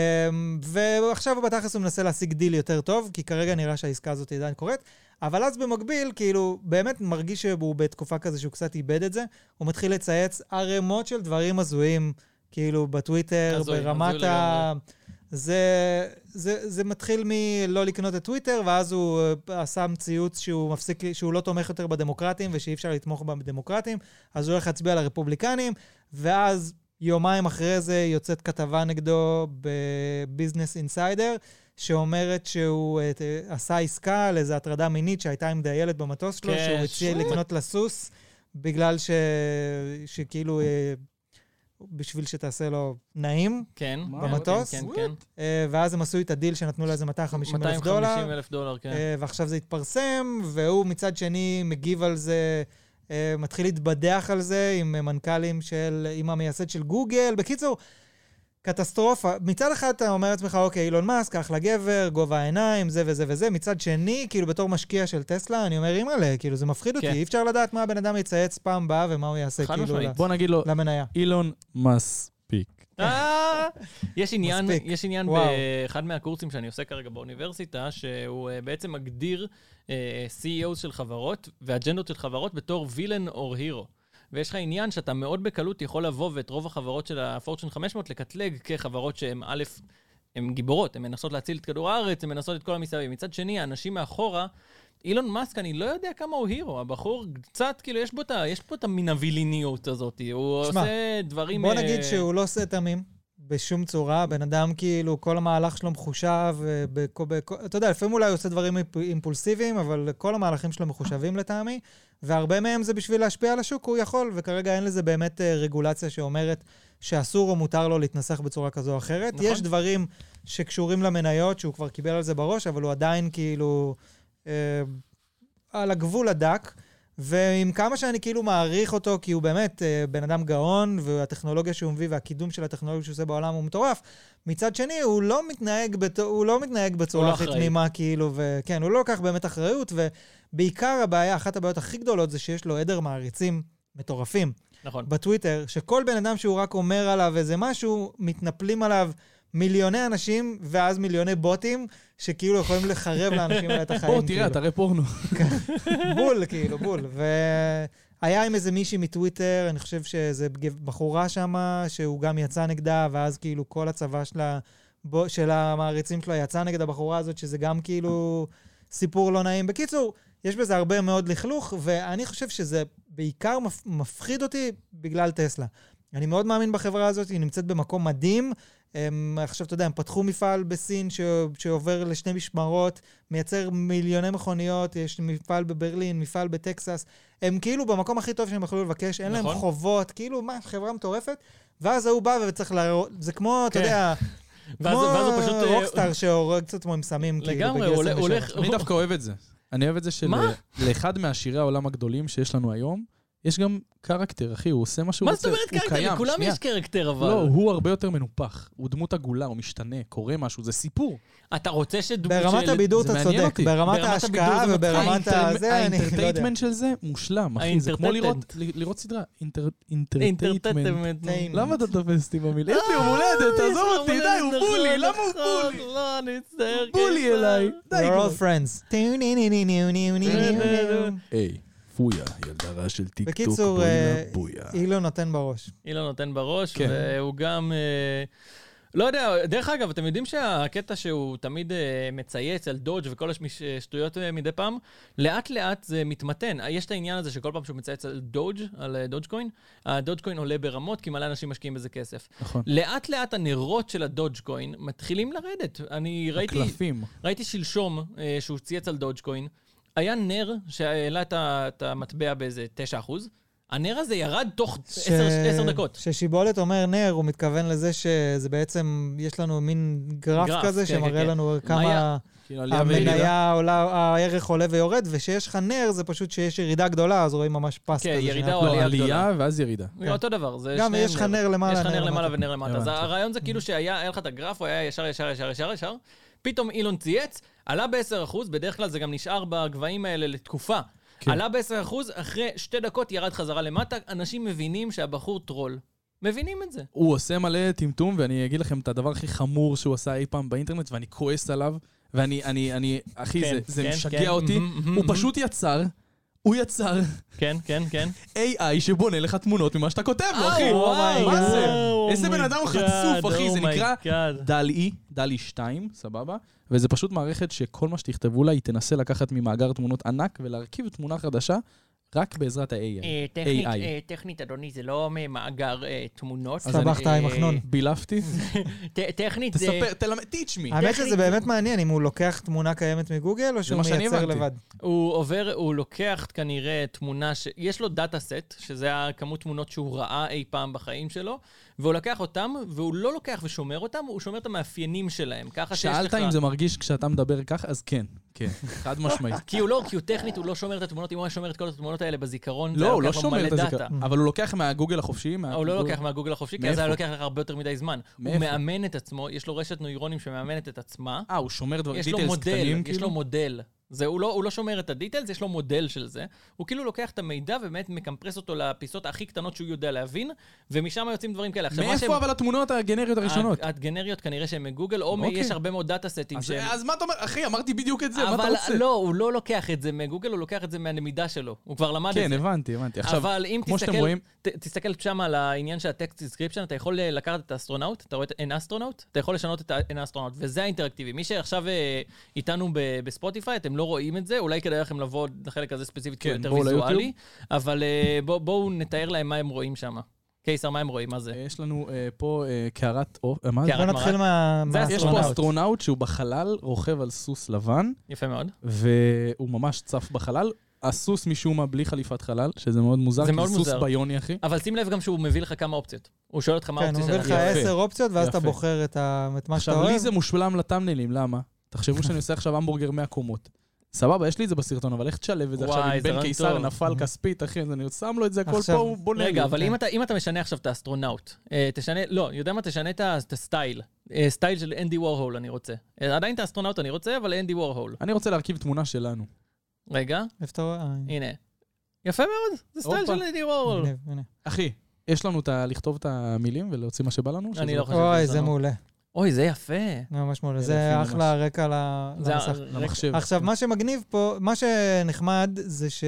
C: ועכשיו בתכלס הוא מנסה להשיג דיל יותר טוב, כי כרגע נראה שהעסקה הזאת עדיין קורית. אבל אז במקביל, כאילו, באמת מרגיש שהוא בתקופה כזה שהוא קצת איבד את זה. הוא מתחיל לצייץ ערימות של דברים הזויים, כאילו, בטוויטר,
A: הזוי,
C: ברמת
A: הזוי
C: ה... זה, זה, זה מתחיל מלא לקנות את טוויטר, ואז הוא אה, שם ציוץ שהוא מפסיק, שהוא לא תומך יותר בדמוקרטים ושאי אפשר לתמוך בדמוקרטים, אז הוא הולך להצביע לרפובליקנים, ואז יומיים אחרי זה יוצאת כתבה נגדו בביזנס אינסיידר, שאומרת שהוא אה, ת- עשה עסקה על איזו הטרדה מינית שהייתה עם דיילת במטוס שלו,
A: כן,
C: שהוא הציע
A: ש-
C: לקנות לה סוס, בגלל ש... שכאילו, אה, בשביל שתעשה לו נעים.
A: כן.
B: מה?
A: כן,
C: במטוס?
A: כן, כן.
C: אה, ואז הם עשו איתה דיל שנתנו לה איזה 250 אלף
A: 250
C: דולר,
A: אלף דולר, כן.
C: אה, ועכשיו זה התפרסם, והוא מצד שני מגיב על זה, אה, מתחיל להתבדח על זה עם אה, מנכ"לים של, עם המייסד של גוגל. בקיצור, קטסטרופה. מצד אחד אתה אומר לעצמך, אוקיי, אילון מאסק, אחלה גבר, גובה העיניים, זה וזה וזה. מצד שני, כאילו בתור משקיע של טסלה, אני אומר, אימא'לה, כאילו זה מפחיד אותי,
A: כן.
C: אי אפשר לדעת מה הבן אדם יצייץ פעם הבאה ומה הוא יעשה,
A: חד
C: כאילו,
A: משמעית.
C: ל-
B: בוא נגיד לו,
C: למניה.
B: אילון מספיק.
A: אה, יש עניין,
C: כן. מספיק.
A: יש עניין
C: וואו.
A: באחד מהקורסים שאני עושה כרגע באוניברסיטה, שהוא אה, בעצם מגדיר אה, CEO של חברות ואג'נדות של חברות בתור וילן או הירו. ויש לך עניין שאתה מאוד בקלות יכול לבוא ואת רוב החברות של ה-Fortune 500 לקטלג כחברות שהן א', הן גיבורות, הן מנסות להציל את כדור הארץ, הן מנסות את כל המסביב. מצד שני, האנשים מאחורה, אילון מאסק, אני לא יודע כמה הוא הירו, הבחור קצת, כאילו, יש בו את ה- יש פה את המין הוויליניות הזאת, הוא
C: שמע,
A: עושה דברים...
C: בוא
A: אה,
C: נגיד שהוא לא עושה תמים בשום צורה, בן אדם כאילו, כל המהלך שלו מחושב, אה, בכ- בכ- אתה יודע, לפעמים אולי הוא עושה דברים איפ- אימפולסיביים, אבל כל המהלכים שלו מחושבים לטעמי, והרבה מהם זה בשביל להשפיע על השוק, הוא יכול, וכרגע אין לזה באמת אה, רגולציה שאומרת שאסור או מותר לו להתנסח בצורה כזו או אחרת.
A: נכון.
C: יש דברים שקשורים למניות, שהוא כבר קיבל על זה בראש, אבל הוא עדיין כאילו אה, על הגבול הדק. ועם כמה שאני כאילו מעריך אותו, כי הוא באמת אה, בן אדם גאון, והטכנולוגיה שהוא מביא והקידום של הטכנולוגיה שהוא עושה בעולם הוא מטורף, מצד שני, הוא לא מתנהג, בת... הוא לא מתנהג בצורה
A: לא
C: הכי
A: אחראי.
C: תמימה, כאילו, וכן, הוא לא לוקח באמת אחריות, ובעיקר הבעיה, אחת הבעיות הכי גדולות זה שיש לו עדר מעריצים מטורפים.
A: נכון.
C: בטוויטר, שכל בן אדם שהוא רק אומר עליו איזה משהו, מתנפלים עליו מיליוני אנשים, ואז מיליוני בוטים, שכאילו יכולים לחרב לאנשים האלה את החיים.
B: בואו, תראה,
C: כאילו.
B: תראה פורנו.
C: בול, כאילו, בול. והיה עם איזה מישהי מטוויטר, אני חושב שאיזה גב- בחורה שמה, שהוא גם יצא נגדה, ואז כאילו כל הצבא שלה, בו, של המעריצים שלה יצא נגד הבחורה הזאת, שזה גם כאילו סיפור לא נעים. בקיצור, יש בזה הרבה מאוד לכלוך, ואני חושב שזה בעיקר מפ, מפחיד אותי בגלל טסלה. אני מאוד מאמין בחברה הזאת, היא נמצאת במקום מדהים. הם, עכשיו, אתה יודע, הם פתחו מפעל בסין ש, שעובר לשני משמרות, מייצר מיליוני מכוניות, יש מפעל בברלין, מפעל בטקסס. הם כאילו במקום הכי טוב שהם יכולו לבקש, אין להם
A: נכון.
C: חובות, כאילו, מה, חברה מטורפת? ואז ההוא בא וצריך להראות, זה כמו, אתה
A: כן.
C: יודע,
A: ואז-
C: כמו
A: ואז הוא פשוט, אה,
C: רוקסטאר שהורג את עצמו עם סמים, כאילו,
A: לגמרי,
C: בגיל
A: הוא הולך-
C: 27.
B: *laughs*
A: הולך-
B: אני דווקא אוהב את זה. אני אוהב את זה של... אה,
A: מה?
B: לאחד מעשירי העולם הגדולים שיש לנו היום, יש גם קרקטר, אחי, הוא עושה מה שהוא
A: מה
B: רוצה.
A: זאת אומרת
B: הוא
A: קרקטר?
B: קיים,
A: לכולם
B: שנייה.
A: יש קרקטר, אבל.
B: לא, הוא הרבה יותר מנופח. הוא דמות עגולה, הוא משתנה, קורה משהו, זה סיפור.
A: אתה רוצה שדמות
C: ברמת
A: של-
C: הבידור
B: זה
C: אתה
B: מעניין
C: צודק,
B: אותי.
C: ברמת
A: ברמת
C: ההשקעה
A: הבידור זה
C: וברמת
A: מצחיק.
C: הזה, אני לא יודע.
B: האינטרטייטמנט של זה מושלם, אחי. זה כמו לראות- ל- לראות סדרה. אינטר- אינטרטייטמנט.
A: אינטרטמנט.
B: למה אתה תופס אותי במילה?
A: נכון.
B: יש
A: אה,
B: לי יום הולדת, תעזוב אותי, די, הוא בולי, למה הוא בולי?
A: לא, כן, אני מצטער.
B: הוא בולי
A: קיסר.
B: אליי.
A: לא,
B: די,
C: We're
B: כבר.
C: all friends. טו-ני-ני-ני-ני-ני-ני-ני-ני.
B: היי, פויה, ילדה רע של טיקטוק,
C: בקיצור,
B: בואי
C: אה,
B: לה, בויה.
C: אילון נותן בראש.
A: אילן נותן בראש,
B: כן.
A: והוא גם... אה, לא יודע, דרך אגב, אתם יודעים שהקטע שהוא תמיד אה, מצייץ על דודג' וכל השטויות אה, מדי פעם, לאט לאט זה מתמתן. אה, יש את העניין הזה שכל פעם שהוא מצייץ על דודג', על אה, דודג' קוין, הדודג' קוין עולה ברמות, כי מלא אנשים משקיעים בזה כסף.
B: נכון.
A: לאט לאט הנרות של הדודג' קוין מתחילים לרדת. אני ראיתי...
B: הקלפים.
A: ראיתי שלשום אה, שהוא צייץ על דודג'קוין, היה נר שהעלה את ה- את המטבע באיזה 9%, הנר הזה ירד תוך
C: ש-
A: 10 10 דקות.
C: כששיבולת אומר נר, הוא מתכוון לזה שזה בעצם, יש לנו מין גרף
A: גרף,
C: כזה
A: כן, כן,
C: שמראה
A: כן.
C: לנו
A: היה-
C: כמה
B: כאילו, עלייה וירידה.
C: המניה עולה, הערך עולה ויורד, ושיש לך נר זה פשוט שיש ירידה גדולה, אז רואים ממש פס
A: כן,
C: כזה.
A: ירידה
C: שנייה.
A: או
B: לא,
A: גדולה.
B: עלייה ואז ירידה.
A: זה אותו דבר, זה
C: גם
A: שניהם
C: יש לך נר למעלה,
A: יש לך נר
C: נר
A: למעלה
C: למטה.
A: ונר למטה. אז
B: הבנתי.
A: הרעיון זה כאילו שהיה היה לך את הגרף, הוא היה ישר, ישר, ישר, ישר, ישר. פתאום אילון צייץ, עלה ב-10%, בדרך כלל זה גם נשאר בגבהים האלה לתקופה.
B: כן.
A: עלה ב-10%, אחרי שתי דקות ירד חזרה למטה, אנשים מבינים שהבחור טרול. מבינים את זה.
B: הוא עושה מלא טמטום, ואני אגיד לכם את הדבר הכי חמור שהוא עשה אי פעם באינטרנט, ואני כועס עליו, ואני, אני, אני, אחי,
A: כן,
B: זה, זה
A: כן,
B: משגע
A: כן,
B: אותי.
A: מהמם, מהמם,
B: הוא
A: מהמם.
B: פשוט יצר הוא יצר
A: כן, כן, *laughs* כן.
B: AI שבונה לך תמונות ממה שאתה כותב לו, אחי.
A: אה,
C: וואו,
B: מה זה?
A: וואו,
B: איזה בן
A: my
B: אדם
A: God,
B: חצוף, אחי, זה
A: oh my
B: נקרא
A: God.
B: דל-E, דל-E 2, E סבבה? וזה פשוט מערכת שכל מה שתכתבו לה, היא תנסה לקחת ממאגר תמונות ענק ולהרכיב תמונה חדשה רק בעזרת ה-AI.
A: אה, טכנית,
B: AI.
A: אה, טכנית, אדוני, זה לא מאגר אה, תמונות.
B: אז אני-
C: הסתבכת עם
A: אה,
C: החנון.
B: בילפתי?
A: ט- טכנית אה, זה...
B: תספר, תלמד, teach me.
C: האמת שזה באמת מעניין אם הוא לוקח תמונה קיימת מגוגל, או שהוא
B: מה שאני
C: מייצר
B: הבנתי.
C: לבד.
A: הוא עובר, הוא לוקח כנראה תמונה, ש... יש לו דאטה סט, שזה הכמות תמונות שהוא ראה אי פעם בחיים שלו, והוא לקח אותם, והוא לא לוקח ושומר אותם, הוא שומר את המאפיינים שלהם, ככה שיש לך...
B: שאלת אם זה מרגיש כשאתה מדבר כך, אז כן, כן, חד משמעית.
A: כי הוא לא, כי הוא טכנית, הוא לא שומר את התמונות, אם הוא היה שומר את כל התמונות האלה בזיכרון, *laughs* זה
B: לא,
A: היה
B: הוא לא
A: לוקח לו
B: שומר
A: מלא
B: את זה,
A: דאטה.
B: אבל הוא לוקח מהגוגל החופשי, מה-
A: הוא לא לוקח מהגוגל החופשי, כי אז
B: מאיפה?
A: היה לוקח לך הרבה יותר מדי זמן. הוא
B: מאיפה?
A: מאמן את עצמו, יש לו רשת נוירונים שמאמנת את עצמה.
B: אה, הוא שומר דברים,
A: יש לו
B: details
A: מודל,
B: קטנים,
A: יש לו
B: כאילו?
A: מודל. זה, הוא, לא, הוא לא שומר את הדיטלס, יש לו מודל של זה. הוא כאילו לוקח את המידע ובאמת מקמפרס אותו לפיסות הכי קטנות שהוא יודע להבין, ומשם יוצאים דברים כאלה. עכשיו, מה שהם- אה,
B: מאיפה אבל התמונות הגנריות הראשונות?
A: הגנריות כנראה שהן מגוגל, או מ-
B: אוקיי.
A: יש הרבה מאוד דאטה סטים
B: אז-
A: שהם...
B: אז מה אתה אומר? אחי, אמרתי בדיוק את זה, מה אתה
A: אה, אבל
B: רוצה?
A: לא, הוא לא לוקח את זה מגוגל, הוא לוקח את זה מהלמידה שלו. הוא כבר למד את
B: כן,
A: זה.
B: הבנתי, הבנתי. עכשיו,
A: אבל אם
B: כמו שאתם
A: תסתכל-
B: רואים-
A: ת- תסתכל שם על העניין של הטקסט דיסקריפשן, אתה יכול אה, לקחת את האסטרונאוט, אתה רואה את אין אסטרונאוט, אתה יכול לשנות את האין אסטרונאוט, וזה האינטראקטיבי. מי שעכשיו אה, איתנו ב- בספוטיפיי, אתם לא רואים את זה, אולי כדאי לכם לבוא לחלק הזה ספציפית, כי הוא
B: כן,
A: יותר
B: בואו
A: ויזואלי,
B: ליוטיוב.
A: אבל אה, בוא- בואו נתאר להם מה הם רואים שם. קיסר, מה הם רואים? מה זה?
B: יש לנו אה, פה אה, קערת אור... אה, מה זה?
A: קערת
C: בוא נתחיל מה-
A: זה
B: יש פה
A: אסטרונאוט.
C: מהאסטרונאוט.
B: אסטרונאוט שהוא בחלל, רוכב על סוס לבן,
A: יפה מאוד.
B: והוא ממש צף בחלל. הסוס משום מה בלי חליפת חלל, שזה מאוד מוזר,
A: זה
B: כי
A: מאוד
B: סוס
A: מוזר.
B: ביוני, אחי.
A: אבל שים לב גם שהוא מביא לך כמה אופציות. הוא שואל אותך מה
C: כן, הוא מביא
A: האופציה
C: לך
A: שלך.
B: יפה.
C: עשר אופציות, ואז אתה
B: יפה.
C: בוחר את ה- את מה שאתה
B: עכשיו, לי
C: אוהב.
B: זה מושלם לטאמנלים, למה? תחשבו שאני עושה עכשיו המבורגר 100 קומות. סבבה, יש לי את זה בסרטון, אבל איך תשלב את זה
A: וואי,
B: עכשיו עם
A: זה
B: בן
A: רעיון
B: קיסר
A: טוב. Mm-hmm.
B: נפל כספית, אחי, אז אני שם לו את זה הכל פה,
C: עכשיו-
B: הוא בונה לי.
A: רגע, אבל
C: כן.
A: אם אתה, אם אתה משנה עכשיו את האסטרונאוט, אה, תשנה, לא, יודע מה, תשנה את ה- את הסטייל. אה, סטייל של אנדי וורהול אני רוצה. אה, עדיין את האסטרונאוט אני רוצה, אבל אנדי וורהול.
B: אני רוצה להרכיב תמונה שלנו.
A: רגע,
C: איפה אתה רואה? אה,
A: הנה. יפה מאוד, זה סטייל
B: הופה.
A: של אנדי וורהול.
C: מגניב, הנה.
B: אחי, יש לנו את ה... לכתוב את המילים ולהוציא מה שבא לנו?
A: אני
B: שזה-
A: לא חושב
C: אוי,
A: שיש
C: זה
A: לנו.
C: מעולה.
A: אוי, זה יפה.
C: ממש מעולה.
B: זה
C: זה
B: יפים
C: אחלה רקע ל-
A: זה
C: למסך.
A: ה- כן.
B: למחשב.
C: עכשיו, מה שמגניב פה, מה שנחמד זה ש...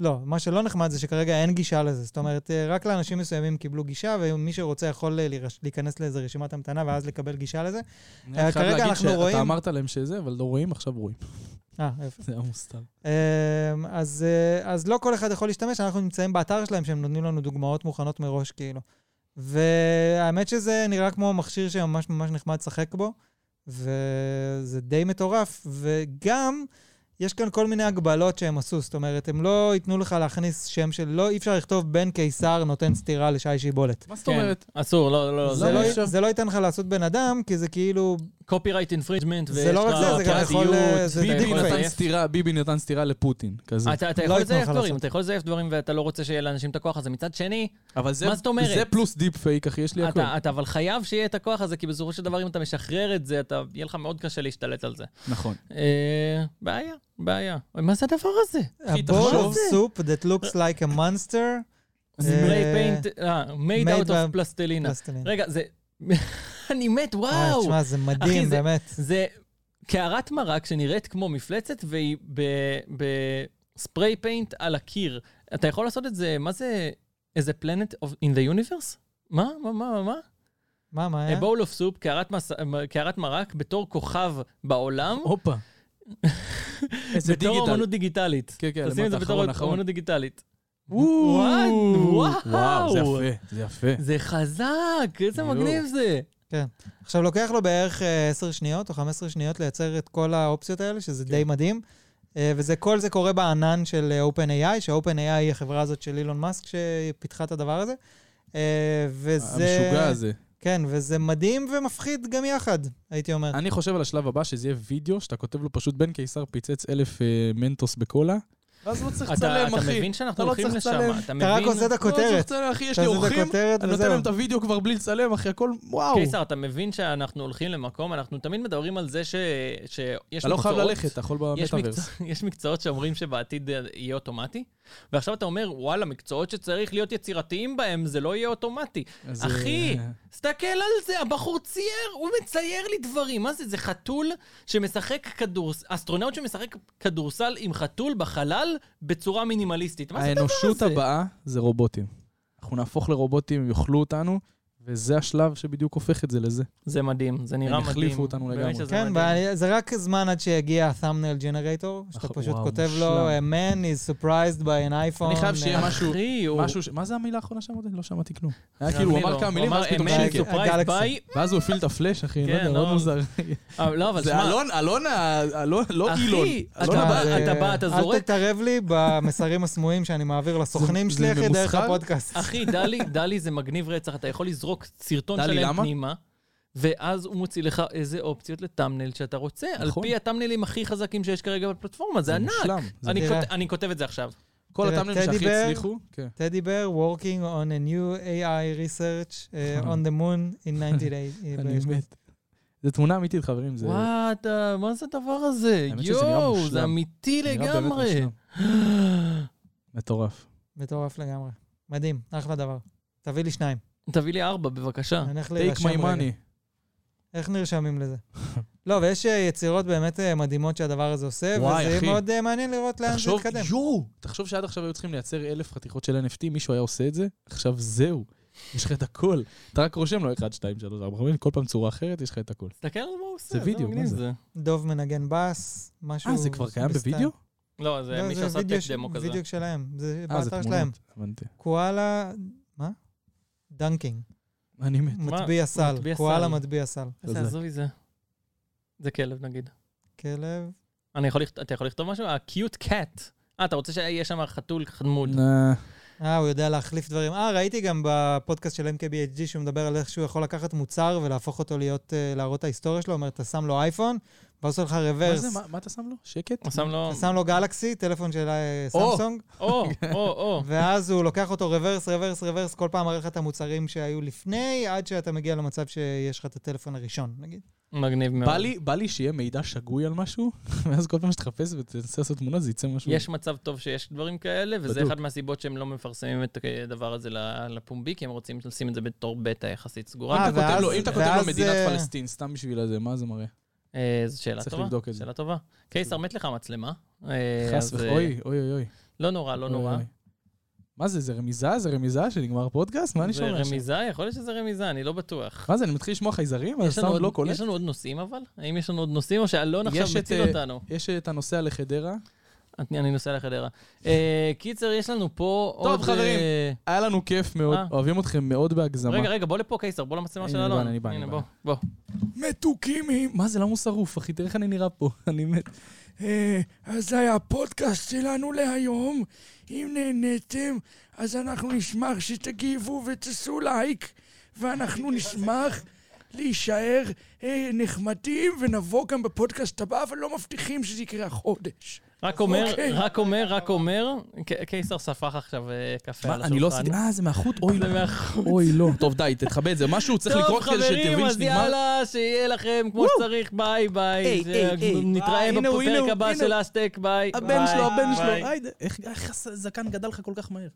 C: לא, מה שלא נחמד זה שכרגע אין גישה לזה. זאת אומרת, אה, רק לאנשים מסוימים קיבלו גישה, ומי שרוצה יכול אה, להירש- להיכנס לאיזה רשימת המתנה ואז לקבל גישה לזה.
B: אני חייב
C: אה, כרגע
B: להגיד
C: אנחנו
B: שאתה
C: רואים-
B: אמרת להם שזה, אבל לא רואים, עכשיו
A: *laughs*
B: רואים.
C: אה, יפה.
B: זה היה מוסתר.
C: אמ, אז, אה, אז לא כל אחד יכול להשתמש, אנחנו נמצאים באתר שלהם שהם נותנים לנו דוגמאות מוכנות מראש, כאילו. והאמת שזה נראה כמו מכשיר שממש ממש נחמד לשחק בו, וזה די מטורף, וגם יש כאן כל מיני הגבלות שהם עשו, זאת אומרת, הם לא ייתנו לך להכניס שם של, לא, אי אפשר לכתוב בן קיסר נותן סטירה לשי שיבולת.
B: מה זאת
A: כן,
B: אומרת?
A: אסור, לא, לא,
C: זה, לא,
A: זה
C: זה לא ייתן לך לעשות בן אדם, כי זה כאילו,
A: קופירייט אינפריג'מנט.
C: זה לא רק זה, זה גם יכול... אה, זה-
A: אתה
B: ביבי
A: יכול
B: נתן
A: לזייף.
B: סטירה, ביבי נתן סטירה לפוטין, כזה.
A: אתה
C: לא
A: אתה יכול
C: ייתנו לך
A: לזייף דברים,
C: לעשות.
A: אתה יכול לזייף דברים ואתה לא רוצה שיהיה לאנשים את הכוח הזה. מצד שני,
B: אבל זה...
A: מה זאת אומרת?
B: זה פלוס דיפ פייק, אחי, יש לי הכול.
A: אתה, אתה אבל חייב שיהיה את הכוח הזה, כי בסופו של דבר אם אתה משחרר את זה, אתה, יהיה לך מאוד קשה להשתלט על זה.
B: נכון.
A: אה, בעיה, בעיה. אוי, מה זה הדבר הזה?
C: A
B: אחי,
C: bowl
B: תחשוב.
C: of soup that looks like a monster.
A: זה
C: אה,
A: spray paint, אה, made
C: made
A: out of
C: by-
A: פלסטלינה.
C: פלסטלינה.
A: רגע, זה... *laughs* אני מת,
C: אה,
A: וואו!
C: תשמע, זה מדהים,
A: זה-
C: באמת.
A: זה קערת מרק שנראית כמו מפלצת, והיא בספרי פיינט על הקיר. אתה יכול לעשות את זה, מה זה, איזה planet of, in the universe? מה? מה? מה? מה? מה?
C: מה,
B: אה,
C: מה
A: A
C: היה?
A: bowl of soup, קערת מס- קערת מרק, בתור כוכב בעולם.
B: *laughs* הופה. איזה
A: בתור
B: דיגיטל.
A: אומנות דיגיטלית.
B: כן, כן,
A: תשים את זה
B: למטה,
A: בתור
B: אחרון, אחרון.
A: אומנות דיגיטלית.
B: וואו,
A: וואו.
B: וואו, זה יפה, זה יפה.
A: זה חזק, איזה
B: יואו.
A: מגניב זה.
C: עכשיו, לוקח לו בערך אה, 10 שניות או 15 שניות לייצר את כל האופציות האלה,
B: כן.
C: שזה די מדהים. אה, וזה, כל זה קורה בענן של אה, OpenAI, ש-OpenAI היא החברה הזאת של אילון מאסק שפיתחה את הדבר הזה. אה, וזה...
B: המשוגע הזה.
C: כן, וזה מדהים ומפחיד גם יחד, הייתי אומר.
B: אני חושב על השלב הבא, שזה יהיה וידאו, שאתה כותב לו פשוט בן קיסר פיצץ אלף אה, מנטוס בקולה. ואז לא צריך
A: אתה-
B: לצלם,
A: אתה
B: אחי.
A: מבין שאנחנו
B: אתה לא
A: הולכים
B: צריך
A: לשם,
B: לצלם.
A: אתה
C: אתה רק
A: מבין...
C: עושה את
B: לא צריך
C: הכותרת.
B: לצלם, אחי, יש
C: אתה
B: לי
C: עושה את
B: אורחים,
C: הכותרת
B: אני נותן
C: וזהו.
B: להם את הוידאו כבר בלי לצלם, אחי, הכל, וואו.
A: קיסר, אתה מבין שאנחנו הולכים למקום, אנחנו תמיד מדברים על זה ש... שיש
B: אתה לא חייב
A: מקצועות-
B: ללכת, אתה יכול
A: *laughs* יש
B: במטאוורס.
A: מקצוע- יש מקצועות שאומרים שבעתיד יהיה אוטומטי, ועכשיו אתה אומר, וואלה, מקצועות שצריך להיות יצירתיים בהם, זה לא יהיה אוטומטי.
B: אז,
A: אחי,
B: אה,
A: תסתכל על זה, הבחור צייר, הוא מצייר לי דברים. מה זה, זה חתול שמשחק כדורסל, אסטרונאוט שמשחק כדורסל עם חתול בחלל בצורה מינימליסטית. מה זה הדבר הזה?
B: האנושות הבאה זה רובוטים. אנחנו נהפוך לרובוטים, הם יאכלו אותנו, וזה השלב שבדיוק הופך את זה לזה.
A: זה מדהים, זה נראה מדהים.
B: הם החליפו אותנו
A: באמת
B: לגמרי.
A: שזה
C: כן,
A: מדהים.
C: ב- זה רק זמן עד שיגיע ה-thumbnail generator, שאתה
B: אח-
C: פשוט
B: וואו,
C: כותב לו,
B: מושלם.
C: man is surprised by an iPhone.
B: אני חייב שיהיה
C: אה,
B: משהו-
A: אחי, הוא...
B: משהו ש... מה זה המילה האחרונה שאמרתי? לא שמעתי כלום. היה
A: אני
B: כאילו, הוא
A: לא.
B: אמר כמה מילים, ואז פתאום
A: הוא אמר, "Man,
B: שקט.
C: שקט.
A: surprised
C: הגלקסי.
A: by-"
B: ואז הוא הפעיל את הפלאש, אחי, לא
A: כן,
B: יודע,
A: לא.
B: מאוד מוזר.
A: אה, לא, אבל
B: זה
A: שמע,
B: אלון, אלון, ה- אלון, לא
A: אחי,
B: אילון.
A: אתה
B: אלון
A: בא-
B: הבא.
C: זה-
A: אתה בא, אתה
C: אל
A: זורק.
C: תתערב לי במסרים הסמויים שאני מעביר לסוכנים
B: זה
C: שלי, אחי, דרך
B: ממוסחר?
C: הפודקאסט.
A: אחי, דלי, דלי זה מגניב רצח, אתה יכול לזרוק סרטון
B: דלי,
A: שלהם
B: למה?
A: פנימה, ואז הוא מוציא לך איזה אופציות לטאמנל שאתה רוצה, על
B: נכון.
A: פי הטאמנלים הכי חזקים שיש כרגע בפלטפורמה, זה
B: זה
A: ענק.
B: מושלם. זה-
A: אני
C: תראה.
A: כות- אני כותב את זה עכשיו.
B: כל
C: תראה,
B: הטאמלים
C: טדי
B: שהכי
C: בר-
B: הצליחו. כן.
C: טדי בר, working on a new AI research uh, on the moon
B: *laughs*
C: in 90 days.
B: אני מת. זו תמונה אמיתית, חברים. זה
A: וואט, אה, מה זה הדבר הזה?
B: האמת שזה נראה
A: יואו, זה
B: מושלם.
A: אמיתי
B: נראה באמת
A: לגמרי.
B: מושלם. מטורף.
C: מטורף לגמרי. מדהים, אחלה דבר. תביא לי שניים.
A: *gasps* תביא לי ארבע, בבקשה.
C: אני הולך
B: טייק
C: להירשם
B: מי
C: רגע.
B: מאני.
C: איך נרשמים
B: *laughs*
C: לזה? לא, ויש אה, יצירות באמת אה, מדהימות שהדבר הזה עושה,
B: וואי,
C: וזה יהיה
B: אחי.
C: מאוד אה, מעניין לראות לאן זה
B: תחשוב,
C: יתקדם.
B: יואו, תחשוב שעד עכשיו היו צריכים לייצר אלף חתיכות של NFT, מישהו היה עושה את זה, עכשיו זהו. יש לך את הכל. אתה רק רושם לו 1, 2, 3, 4, 5, כל פעם צורה אחרת, יש לך את הכל.
A: תסתכל על מה הוא עושה,
B: זה וידאו,
A: מגניב,
B: מה זה?
C: דוב מנגן בס, משהו...
B: אה, זה כבר קיים
C: בסטייל.
B: בווידאו?
A: לא, זה
C: לא,
A: מי שעשה
C: וידאו
A: טק
C: ש-
A: דמו כזה.
C: וידאו שלהם, זה
B: אה, זה
C: באתר שלהם.
B: תמונות. הבנתי.
C: קואלה... מה? דנקינג.
B: אני מת.
C: מטביע סל.
A: מטביע
C: קואלה
A: סל.
C: מטביע סל.
A: איזה
B: זה.
A: הזוי זה. זה כלב, נגיד.
C: כלב.
A: אני יכול, לכת- אתה יכול לכתוב משהו? ה-cute cat. אה, אתה רוצה שיהיה שם חתול חמוד.
B: נא,
C: אה, הוא יודע להחליף דברים. אה, ראיתי גם בפודקאסט של MKBHD שהוא מדבר על איך שהוא יכול לקחת מוצר ולהפוך אותו להיות, אה, להראות את ההיסטוריה שלו, אומר, אתה שם לו אייפון, ואז עושה לך
B: מה
C: רוורס.
B: זה? מה- מה אתה שם לו? שקט?
A: הוא שם לו...
C: אתה שם לו גלקסי, טלפון של אה,
B: או.
C: סמסונג,
A: או, או,
C: *laughs*
A: או.
C: ואז הוא לוקח אותו רוורס, רוורס, רוורס, כל פעם מראה לך את המוצרים שהיו לפני, עד שאתה מגיע למצב שיש לך את הטלפון הראשון, נגיד.
A: מגניב
C: לא.
A: מאוד.
B: בא לי- בא לי שיהיה מידע שגוי על משהו, *laughs* ואז כל פעם שתחפש ותנסה לעשות תמונה, זה יצא משהו.
A: יש מצב טוב שיש דברים כאלה, וזה
B: בדוק.
A: אחת מהסיבות שהם לא מפרסמים את הדבר הזה ל- לפומבי, כי הם רוצים לשים את זה בתור בטא יחסית סגורה.
C: אה,
B: אם אתה כותב
C: ואז-
B: לו- אם אתה כותב
C: ואז,
B: לו מדינת
C: אה,
B: פלסטין, סתם בשביל הזה, מה זה מראה?
A: אה, זו שאלה
B: צריך
A: טובה.
B: לבדוק את זה.
A: שאלה טובה. קיסר, מת לך המצלמה. אה,
B: חס
A: אז, אה,
B: וחלילה. אוי, אוי, אוי, אוי.
A: לא נורא, לא
B: אוי,
A: נורא.
B: אוי. מה זה, זה רמיזה? זה רמיזה שנגמר הפודקאסט? מה אני
A: זה
B: שומע עכשיו?
A: רמיזה? יכול להיות שזה רמיזה, אני לא בטוח.
B: מה זה, אני מתחיל לשמוע חייזרים?
A: יש לנו
B: הסאונד
A: עוד-
B: לא קולט?
A: יש לנו עוד נושאים אבל? האם יש לנו עוד נושאים, או שאלון עכשיו
B: יש את,
A: מציל
B: אה,
A: אותנו?
B: יש את הנוסע לחדרה.
A: אני אני נוסע לחדרה. אה, קיצר, יש לנו פה
B: טוב,
A: עוד...
B: חברים.
A: אה,
B: היה לנו כיף מאוד,
A: אה.
B: אוהבים אתכם מאוד בהגזמה.
A: רגע, רגע, בוא לפה, קיסר, בוא למצלמה
B: הנה,
A: של
B: אני
A: אלון.
B: בא, אני בא,
A: הנה,
B: אני
A: בוא,
B: בא.
A: בוא.
B: מתוקים עם... מה זה, למה הוא שרוף, אחי? תראה איך אני נראה פה, *laughs* אני מת.
E: אה, אז זה היה הפודקאסט שלנו להיום. אם נהניתם, אז אנחנו נשמח שתגיבו ותעשו לייק, ואנחנו נשמח להישאר אה, נחמדים, ונבוא גם בפודקאסט הבא, אבל לא מבטיחים שזה יקרה החודש.
A: רק אומר,
E: אוקיי.
A: רק אומר, רק אומר, ק- קיסר ספח עכשיו אה, קפה על
B: מה,
A: השולחן.
B: אני לא עשיתי... אה, זה מהחוט? אוי, לא.
A: זה מהחוץ.
B: אוי, לא. טוב, די, תכבד את זה. משהו צריך
A: טוב,
B: לקרות כדי
A: חברים,
B: שתבין
A: אז
B: שנגמר.
A: יאללה, שיהיה לכם כמו
B: וואו.
A: שצריך, ביי ביי.
B: היי,
A: זה-
B: היי, היי.
A: נתראה
B: אה, הנה הוא, הנה
A: בפרק
B: הוא,
A: הבא
B: הנה
A: של
B: הוא.
A: הסטייק, ביי.
B: הבן
A: ביי.
B: שלו, הבן
A: ביי.
B: שלו. היי, איך- איך הזקן גדל לך כל כך מהר?